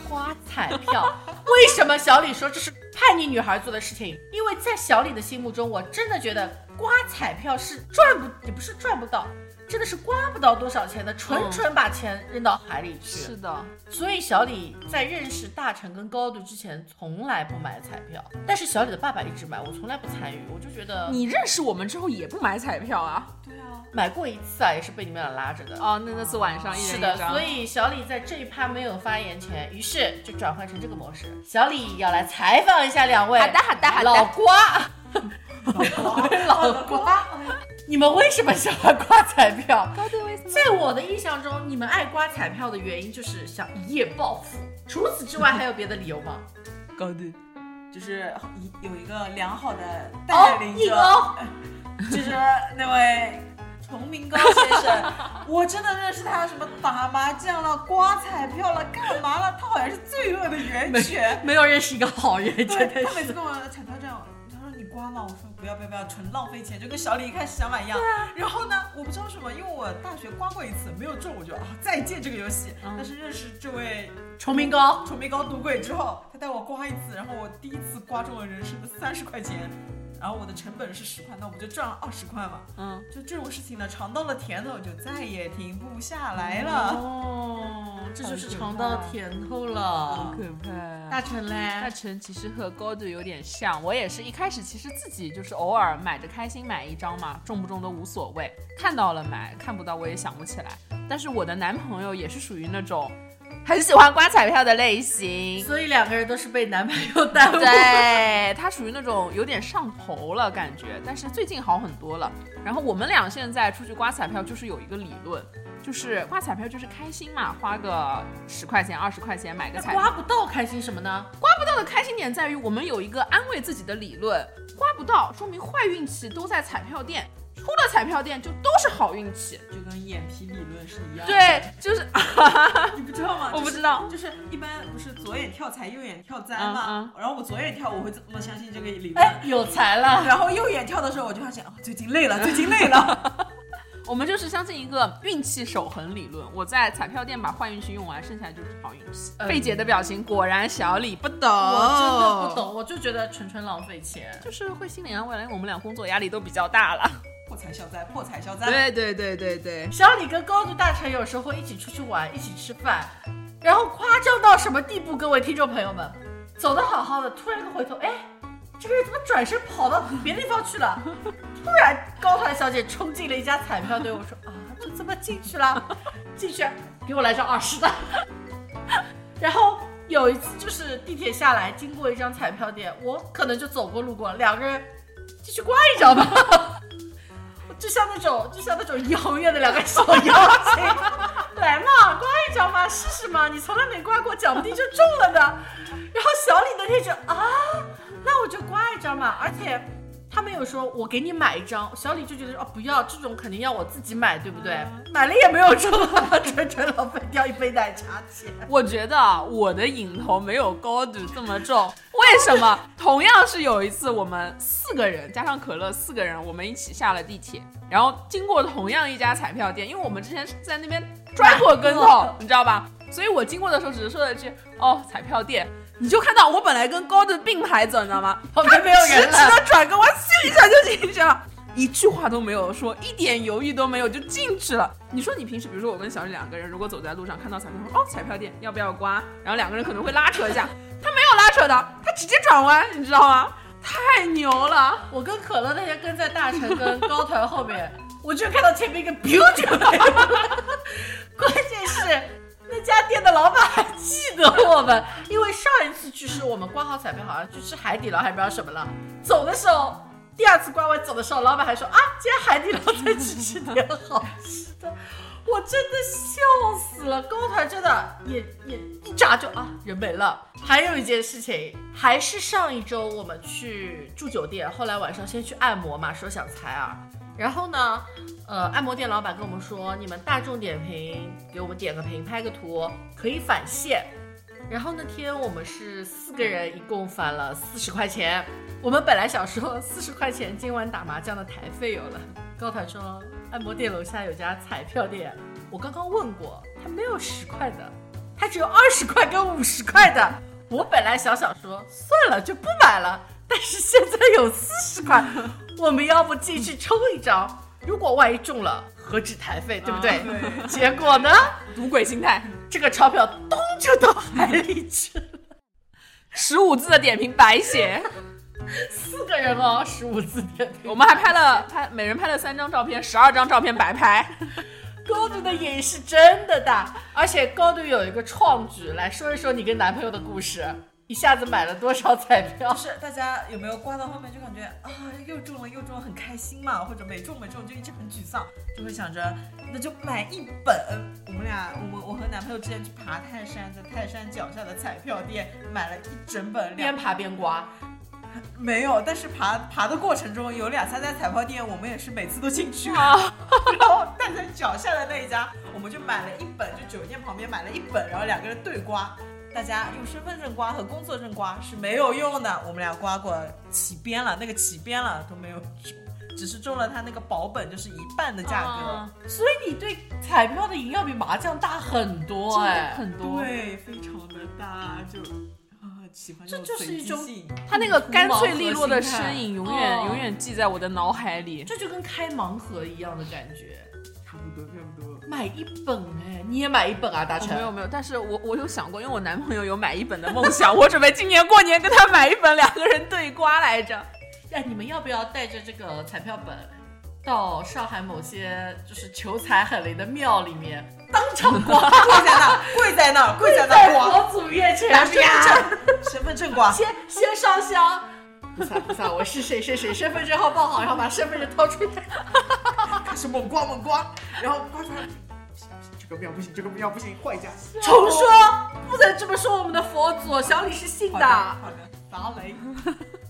[SPEAKER 3] 花彩票。为什么小李说这是叛逆女孩做的事情？因为在小李的心目中，我真的觉得刮彩票是赚不，也不是赚不到，真的是刮不到多少钱的，纯纯把钱扔到海里去。
[SPEAKER 2] 是的，
[SPEAKER 3] 所以小李在认识大成跟高度之前，从来不买彩票，但是小李的爸爸一直买，我从来不参与，我就觉得
[SPEAKER 2] 你认识我们之后也不买彩票啊？
[SPEAKER 4] 对啊，
[SPEAKER 3] 买过一次啊，也是被你们俩拉着的。
[SPEAKER 2] 哦，那那次晚上一人
[SPEAKER 3] 是
[SPEAKER 2] 一
[SPEAKER 3] 的
[SPEAKER 2] 张，，
[SPEAKER 3] 所以小李在这一趴没有发言权，于是就转换成这个模式。小李要来采访一下两位，
[SPEAKER 2] 好的好的好的
[SPEAKER 3] 老瓜， 老瓜，你们为什么喜欢刮彩票？
[SPEAKER 2] 高队为什么？
[SPEAKER 3] 在我的印象中，你们爱刮彩票的原因就是想一夜暴富。除此之外，还有别的理由吗？
[SPEAKER 2] 高队
[SPEAKER 4] 就是一有一个良好的带领
[SPEAKER 3] 硬
[SPEAKER 4] 者，
[SPEAKER 3] 哦
[SPEAKER 4] 就是那位崇明高先生，我真的认识他什么打麻将了、刮彩票了、干嘛了，他好像是罪恶的源泉。
[SPEAKER 3] 没有认识一个好人，
[SPEAKER 4] 对
[SPEAKER 3] 真的
[SPEAKER 4] 他
[SPEAKER 3] 是
[SPEAKER 4] 每次跟我彩票这样，他说你刮吗？我说不要不要不要，纯浪费钱，就跟小李一开始想法一样。
[SPEAKER 3] 啊
[SPEAKER 4] 然后呢，我不知道为什么，因为我大学刮过一次没有中，我就啊再见这个游戏。
[SPEAKER 3] 嗯
[SPEAKER 4] 但是认识这位
[SPEAKER 3] 崇明高。
[SPEAKER 4] 崇明高赌鬼之后，他带我刮一次，然后我第一次刮中了人生的三十块钱，然后我的成本是十块，那我不就赚了二十块嘛？
[SPEAKER 2] 嗯，
[SPEAKER 4] 就这种事情呢，尝到了甜头就再也停不下来
[SPEAKER 3] 嗯
[SPEAKER 4] 了。
[SPEAKER 3] 哦，这就是尝到甜头了。
[SPEAKER 2] 可怕
[SPEAKER 3] 大成
[SPEAKER 2] 大
[SPEAKER 3] 嘞，
[SPEAKER 2] 成其实和高队有点像，我也是一开始其实自己就是偶尔买着开心买一张嘛，中不中都无所谓，看到了买，看不到我也想不起来。但是我的男朋友也是属于那种很喜欢刮彩票的类型，
[SPEAKER 3] 所以两个人都是被男朋友耽误。
[SPEAKER 2] 对他属于那种有点上头了感觉，但是最近好很多了。然后我们俩现在出去刮彩票，就是有一个理论，就是刮彩票就是开心嘛，花个十块钱、二十块钱买个彩票。
[SPEAKER 3] 刮不到开心什么呢？
[SPEAKER 2] 刮不到的开心点在于，我们有一个安慰自己的理论：刮不到，说明坏运气都在彩票店，出了彩票店就都是好运气。
[SPEAKER 4] 就跟眼皮理论是一样的，
[SPEAKER 2] 对，就是
[SPEAKER 4] 你不知道吗？
[SPEAKER 2] 我不知道
[SPEAKER 4] 就是，就是一般不是左眼跳财，右眼跳灾
[SPEAKER 2] 嗯
[SPEAKER 4] 嘛。然后我左眼跳，我会这么相信这个理论。
[SPEAKER 3] 哎，有才了。
[SPEAKER 4] 然后右眼跳的时候，我就发现啊，最近累
[SPEAKER 2] 哎
[SPEAKER 4] 了，最近累了。
[SPEAKER 2] 我们就是相信一个运气守恒理论。我在彩票店把坏运气用完，剩下就是好运气。
[SPEAKER 3] 嗯
[SPEAKER 2] 贝姐的表情果然小李不懂，
[SPEAKER 3] 我真的不，懂，我就觉得纯纯浪费钱。
[SPEAKER 2] 就是会心理安慰了，因为我们俩工作压力都比较大 了。
[SPEAKER 4] 破财消灾，破财消灾。
[SPEAKER 2] 对对对对对，
[SPEAKER 3] 小李跟高度大成有时候会一起出去玩，一起吃饭，然后夸张到什么地步？各位听众朋友们，走的好好的，突然一个回头，哎，这个人怎么转身跑到别的地方去了？突然，高团小姐冲进了一家彩票队，我说啊，就这么进去了，进去给我来张二十的。然后有一次就是地铁下来，经过一张彩票店，我可能就走过路过，两个人继续刮一张吧。就像那种，就像那种遥远的两个小妖精，来嘛，刮一张嘛，试试嘛，你从来没刮过，讲不定就中了呢。然后小李那天就啊，那我就刮一张嘛，而且他们有说我给你买一张，小李就觉得哦不要，这种肯定要我自己买，对不对？买了也没有中，纯纯浪费掉一杯奶茶钱。
[SPEAKER 2] 我觉得啊我的影头没有高度这么重，为什么？同样是有一次，我们四个人加上可乐，四个人我们一起下了地铁，然后经过同样一家彩票店，因为我们之前是在那边摔过跟头，你知道吧？所以我经过的时候只是说了一句“哦，彩票店”，你就看到我本来跟高的并排走，你知道吗？
[SPEAKER 3] 旁边没有
[SPEAKER 2] 直
[SPEAKER 3] 人
[SPEAKER 2] 直
[SPEAKER 3] 了，
[SPEAKER 2] 的 转个弯，咻一下就进去了，一句话都没有说，一点犹豫都没有就进去了。你说你平时，比如说我跟小李两个人，如果走在路上看到彩票，说哦彩票店要不要刮，然后两个人可能会拉扯一下，他没有拉扯的，他直接转弯，你知道吗？太牛了！
[SPEAKER 3] 我跟可乐那天跟在大成跟高团后面，我就看到前面一个 beautiful，关键是那家店的老板还记得我们，因为上一次去是我们刮好彩票，好像去吃海底捞还不知道什么了，走的时候。第二次刮完走的时候，老板还说啊，今天海底捞再去吃点好吃的，我真的笑死了。高团真的也也一眨就啊人没了。还有一件事情，还是上一周我们去住酒店，后来晚上先去按摩嘛，说想采耳。然后呢，呃，按摩店老板跟我们说，你们大众点评给我们点个评，拍个图，可以返现。然后那天我们是四个人，一共返了四十块钱。我们本来想说四十块钱今晚打麻将的台费有了，高团说按摩店楼下有家彩票店，我刚刚问过，他没有十块的，他只有二十块跟五十块的。我本来想想说算了就不买了，但是现在有四十块，我们要不进去抽一张？如果万一中了，何止台费，对不对？
[SPEAKER 4] 对
[SPEAKER 3] 结果呢？
[SPEAKER 2] 赌鬼心态，
[SPEAKER 3] 这个钞票咚就到海里去了。
[SPEAKER 2] 十五字的点评白写，
[SPEAKER 3] 四个人哦，十五字点评。
[SPEAKER 2] 我们还拍了拍，每人拍了三张照片，十二张照片白拍。
[SPEAKER 3] 高度的瘾是真的大，而且高度有一个创举，来说一说你跟男朋友的故事。一下子买了多少彩票
[SPEAKER 4] 就？是大家有没有刮到后面就感觉啊又中了又中了很开心嘛，或者没中没中就一直很沮丧，就会想着那就买一本。我们俩我们我和男朋友之前去爬泰山，在泰山脚下的彩票店买了一整本两
[SPEAKER 3] 边爬边刮，
[SPEAKER 4] 没有，但是爬爬的过程中有两三家彩票店，我们也是每次都进去，
[SPEAKER 2] 啊
[SPEAKER 4] 然后但是脚下的那一家，我们就买了一本，就酒店旁边买了一本，然后两个人对刮。大家用身份证刮和工作证刮是没有用的，我们俩刮过起边了，那个起边了都没有中，只是中了他那个保本，就是一半的价格。
[SPEAKER 2] 啊
[SPEAKER 3] 所以你对彩票的瘾要比麻将大很多
[SPEAKER 2] 真的
[SPEAKER 3] 哎。
[SPEAKER 2] 很多，
[SPEAKER 4] 对，非常的大，就啊喜欢
[SPEAKER 3] 这就是一种
[SPEAKER 4] 随机性
[SPEAKER 2] 他那个干脆利落的
[SPEAKER 3] 图谋和心态
[SPEAKER 2] 身影，永远
[SPEAKER 3] 哦
[SPEAKER 2] 永远记在我的脑海里。
[SPEAKER 3] 这就跟开盲盒一样的感觉，
[SPEAKER 4] 差不多差不多。
[SPEAKER 3] 买一本哎，你也买一本啊，大
[SPEAKER 2] 我
[SPEAKER 3] 成
[SPEAKER 2] 哦没？有没有，但是我我有想过，因为我男朋友有买一本的梦想，我准备今年过年跟他买一本，两个人对刮来着。
[SPEAKER 3] 哎，你们要不要带着这个彩票本到上海某些就是求财很灵的庙里面，当场 刮
[SPEAKER 4] 跪在那儿，跪在那儿，跪在那儿刮。
[SPEAKER 3] 佛祖面前
[SPEAKER 4] 拿身份证，身份证刮，
[SPEAKER 3] 先先烧香。菩萨菩萨，我是谁谁谁，身份证号报好，然后把身份证掏出来。
[SPEAKER 4] 开始猛刮猛刮，然后刮出来，不行不行，这个庙不行，这个庙不行，换一家。
[SPEAKER 3] 重说，不能这么说我们的佛祖，小李是信
[SPEAKER 4] 好
[SPEAKER 3] 的。
[SPEAKER 4] 的，好的，砸雷，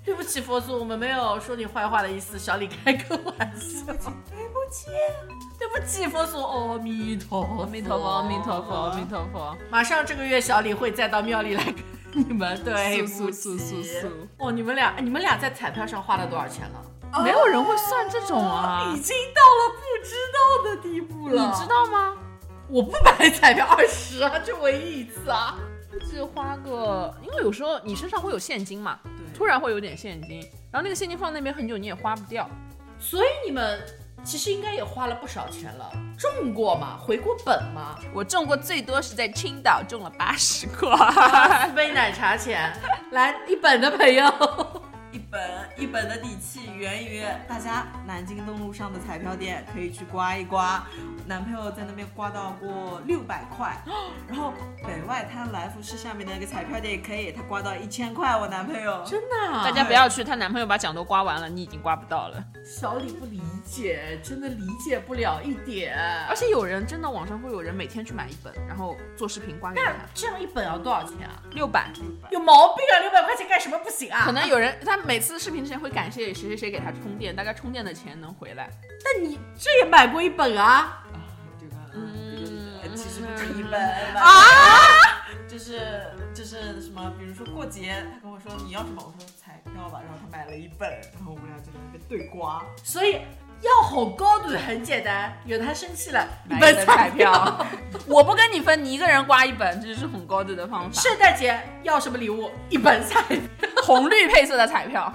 [SPEAKER 3] 对不起，佛祖，我们没有说你坏话的意思，小李开个玩笑。
[SPEAKER 4] 对不起。
[SPEAKER 3] 对不起，佛祖，阿弥陀佛，
[SPEAKER 2] 阿弥陀佛，阿弥陀佛，阿弥陀佛。
[SPEAKER 3] 马上这个月小李会再到庙里来跟你们对
[SPEAKER 2] 速
[SPEAKER 3] 不
[SPEAKER 2] 速速速
[SPEAKER 3] 起
[SPEAKER 2] 速
[SPEAKER 3] 哦，你们俩，哎你们俩在彩票上花了多少钱了？
[SPEAKER 2] 哦没有人会算这种啊，
[SPEAKER 3] 已经到了不知哦道的地步
[SPEAKER 2] 你
[SPEAKER 3] 了。
[SPEAKER 2] 知道吗？
[SPEAKER 3] 我不买彩票二十啊，这唯一一次啊。
[SPEAKER 2] 估计花个，因为有时候你身上会有现金嘛，突然会有点现金，然后那个现金放那边很久你也花不掉。
[SPEAKER 3] 所以你们其实应该也花了不少钱了，中过嘛，回过本 嘛，
[SPEAKER 2] 我中过最多是在青岛中了八十块。
[SPEAKER 3] 啊四杯奶茶钱，来一本的朋友，
[SPEAKER 4] 一本一本的底气源于大家南京东路上的彩票店可以去刮一刮，男朋友在那边刮到过六百块，然后北外滩来福士下面的那个彩票店也可以，他刮到一千块，我男朋友。
[SPEAKER 3] 真的啊、
[SPEAKER 2] 大家不要去，她男朋友把奖都刮完了，你已经刮不到了。
[SPEAKER 3] 小李不理解，真的理解不了一点。
[SPEAKER 2] 而且有人真的网上会有人每天去买一本，然后做视频刮给他，
[SPEAKER 3] 这样一本要多少钱啊？
[SPEAKER 2] 六百。
[SPEAKER 3] 有毛病啊！六百块钱干什么不行啊？
[SPEAKER 2] 可能有人他每次视频之前会感谢谁谁谁给他充电，大概充电的钱能回来。
[SPEAKER 3] 但你这也买过一本啊？
[SPEAKER 4] 啊，这个，
[SPEAKER 2] 嗯
[SPEAKER 4] 嗯，其实不止一本
[SPEAKER 3] 啊，
[SPEAKER 4] 就是就是什么，比如说过节，他跟我说你要什么，我说彩票吧，然后他买了一本，然后我们俩就在那边对刮，
[SPEAKER 3] 所以要哄高度很简单，惹他生气了，
[SPEAKER 2] 买一
[SPEAKER 3] 本
[SPEAKER 2] 本彩。
[SPEAKER 3] 彩
[SPEAKER 2] 票， 我不跟你分，你一个人刮一本，这就是很高的的方法。
[SPEAKER 3] 圣诞节要什么礼物？一本彩票。
[SPEAKER 2] 红绿配色的彩票，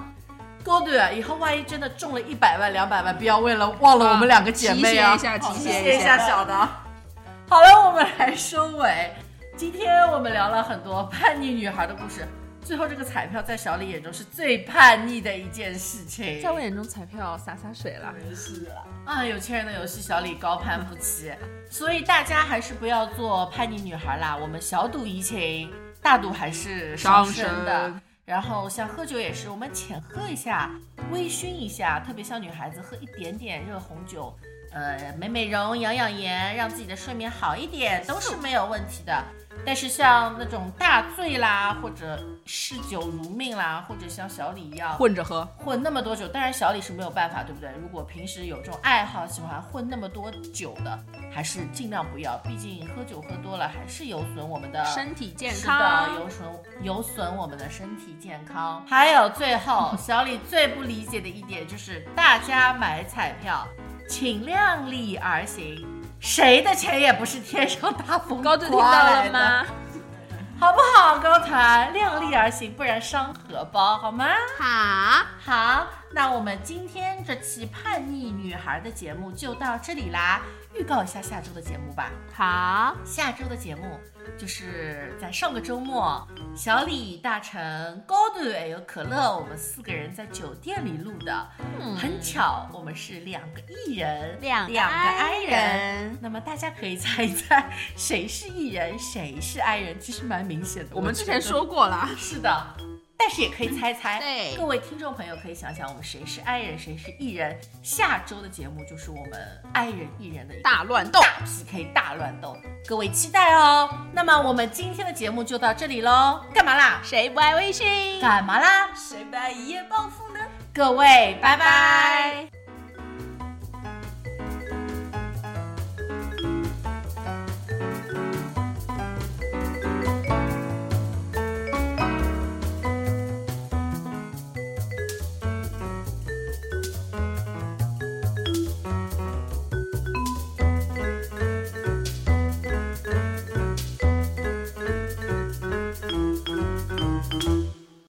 [SPEAKER 3] 高度啊以后万一真的中了一百万、两百万，不要为了忘 了我们两个姐妹啊！
[SPEAKER 2] 提携一下，提
[SPEAKER 3] 谢
[SPEAKER 2] 携
[SPEAKER 3] 谢
[SPEAKER 2] 一
[SPEAKER 3] 一
[SPEAKER 2] 下
[SPEAKER 3] 下。小的。好了，我们来收尾。今天我们聊了很多叛逆女孩的故事，最后这个彩票在小李眼中是最叛逆的一件事情。
[SPEAKER 2] 在我眼中，彩票洒洒水了。
[SPEAKER 4] 真是啊，
[SPEAKER 3] 啊，有钱人的游戏，小李高攀不起，所以大家还是不要做叛逆女孩啦。我们小赌怡情，大赌还是伤身
[SPEAKER 2] 伤
[SPEAKER 3] 的
[SPEAKER 2] 身。
[SPEAKER 3] 然后像喝酒也是，我们浅喝一下，微醺一下，特别像女孩子喝一点点热红酒，呃，美美容、养养颜，让自己的睡眠好一点，都是没有问题的。但是像那种大醉啦，或者嗜酒如命啦，或者像小李一样
[SPEAKER 2] 混着喝，
[SPEAKER 3] 混那么多酒，当然小李是没有办法，对不对？如果平时有这种爱好，喜欢混那么多酒的，还是尽量不要，毕竟喝酒喝多了还是有损我们的
[SPEAKER 2] 身体健
[SPEAKER 3] 是的，
[SPEAKER 2] 康。
[SPEAKER 3] 有损有损我们的身体健康。还有最后，小李最不理解的一点就是，大家买彩票，请量力而行，谁的钱也不是天上大风
[SPEAKER 2] 高度听
[SPEAKER 3] 刮
[SPEAKER 2] 到了
[SPEAKER 3] 来的？
[SPEAKER 2] 吗？
[SPEAKER 3] 好不好，高团？量力而行，不然伤荷包，好吗？
[SPEAKER 2] 好，
[SPEAKER 3] 好，那我们今天这期叛逆女孩的节目就到这里啦。预告一下下周的节目吧。
[SPEAKER 2] 好，
[SPEAKER 3] 下周的节目就是在上个周末，小李、大成、高度还有可乐，我们四个人在酒店里录的。
[SPEAKER 2] 嗯
[SPEAKER 3] 很巧，我们是两个艺人，两个 I 人。
[SPEAKER 2] 人。
[SPEAKER 3] 那么大家可以猜一猜，谁是艺人，谁是 I 人？其实蛮明显的。
[SPEAKER 2] 我们之前
[SPEAKER 3] 觉得
[SPEAKER 2] 说过了，
[SPEAKER 3] 是的，但是也可以猜猜。
[SPEAKER 2] 对
[SPEAKER 3] 各位听众朋友可以想想，我们谁是 I 人，谁是 E 人。下周的节目就是我们 I 人 E 人的一个
[SPEAKER 2] 大乱斗。
[SPEAKER 3] 大 PK 大乱斗，各位期待哦。那么我们今天的节目就到这里喽，干嘛啦？
[SPEAKER 2] 谁不爱微信？
[SPEAKER 3] 干嘛啦？
[SPEAKER 4] 谁把一夜暴富呢？
[SPEAKER 3] 各位，拜拜
[SPEAKER 2] 拜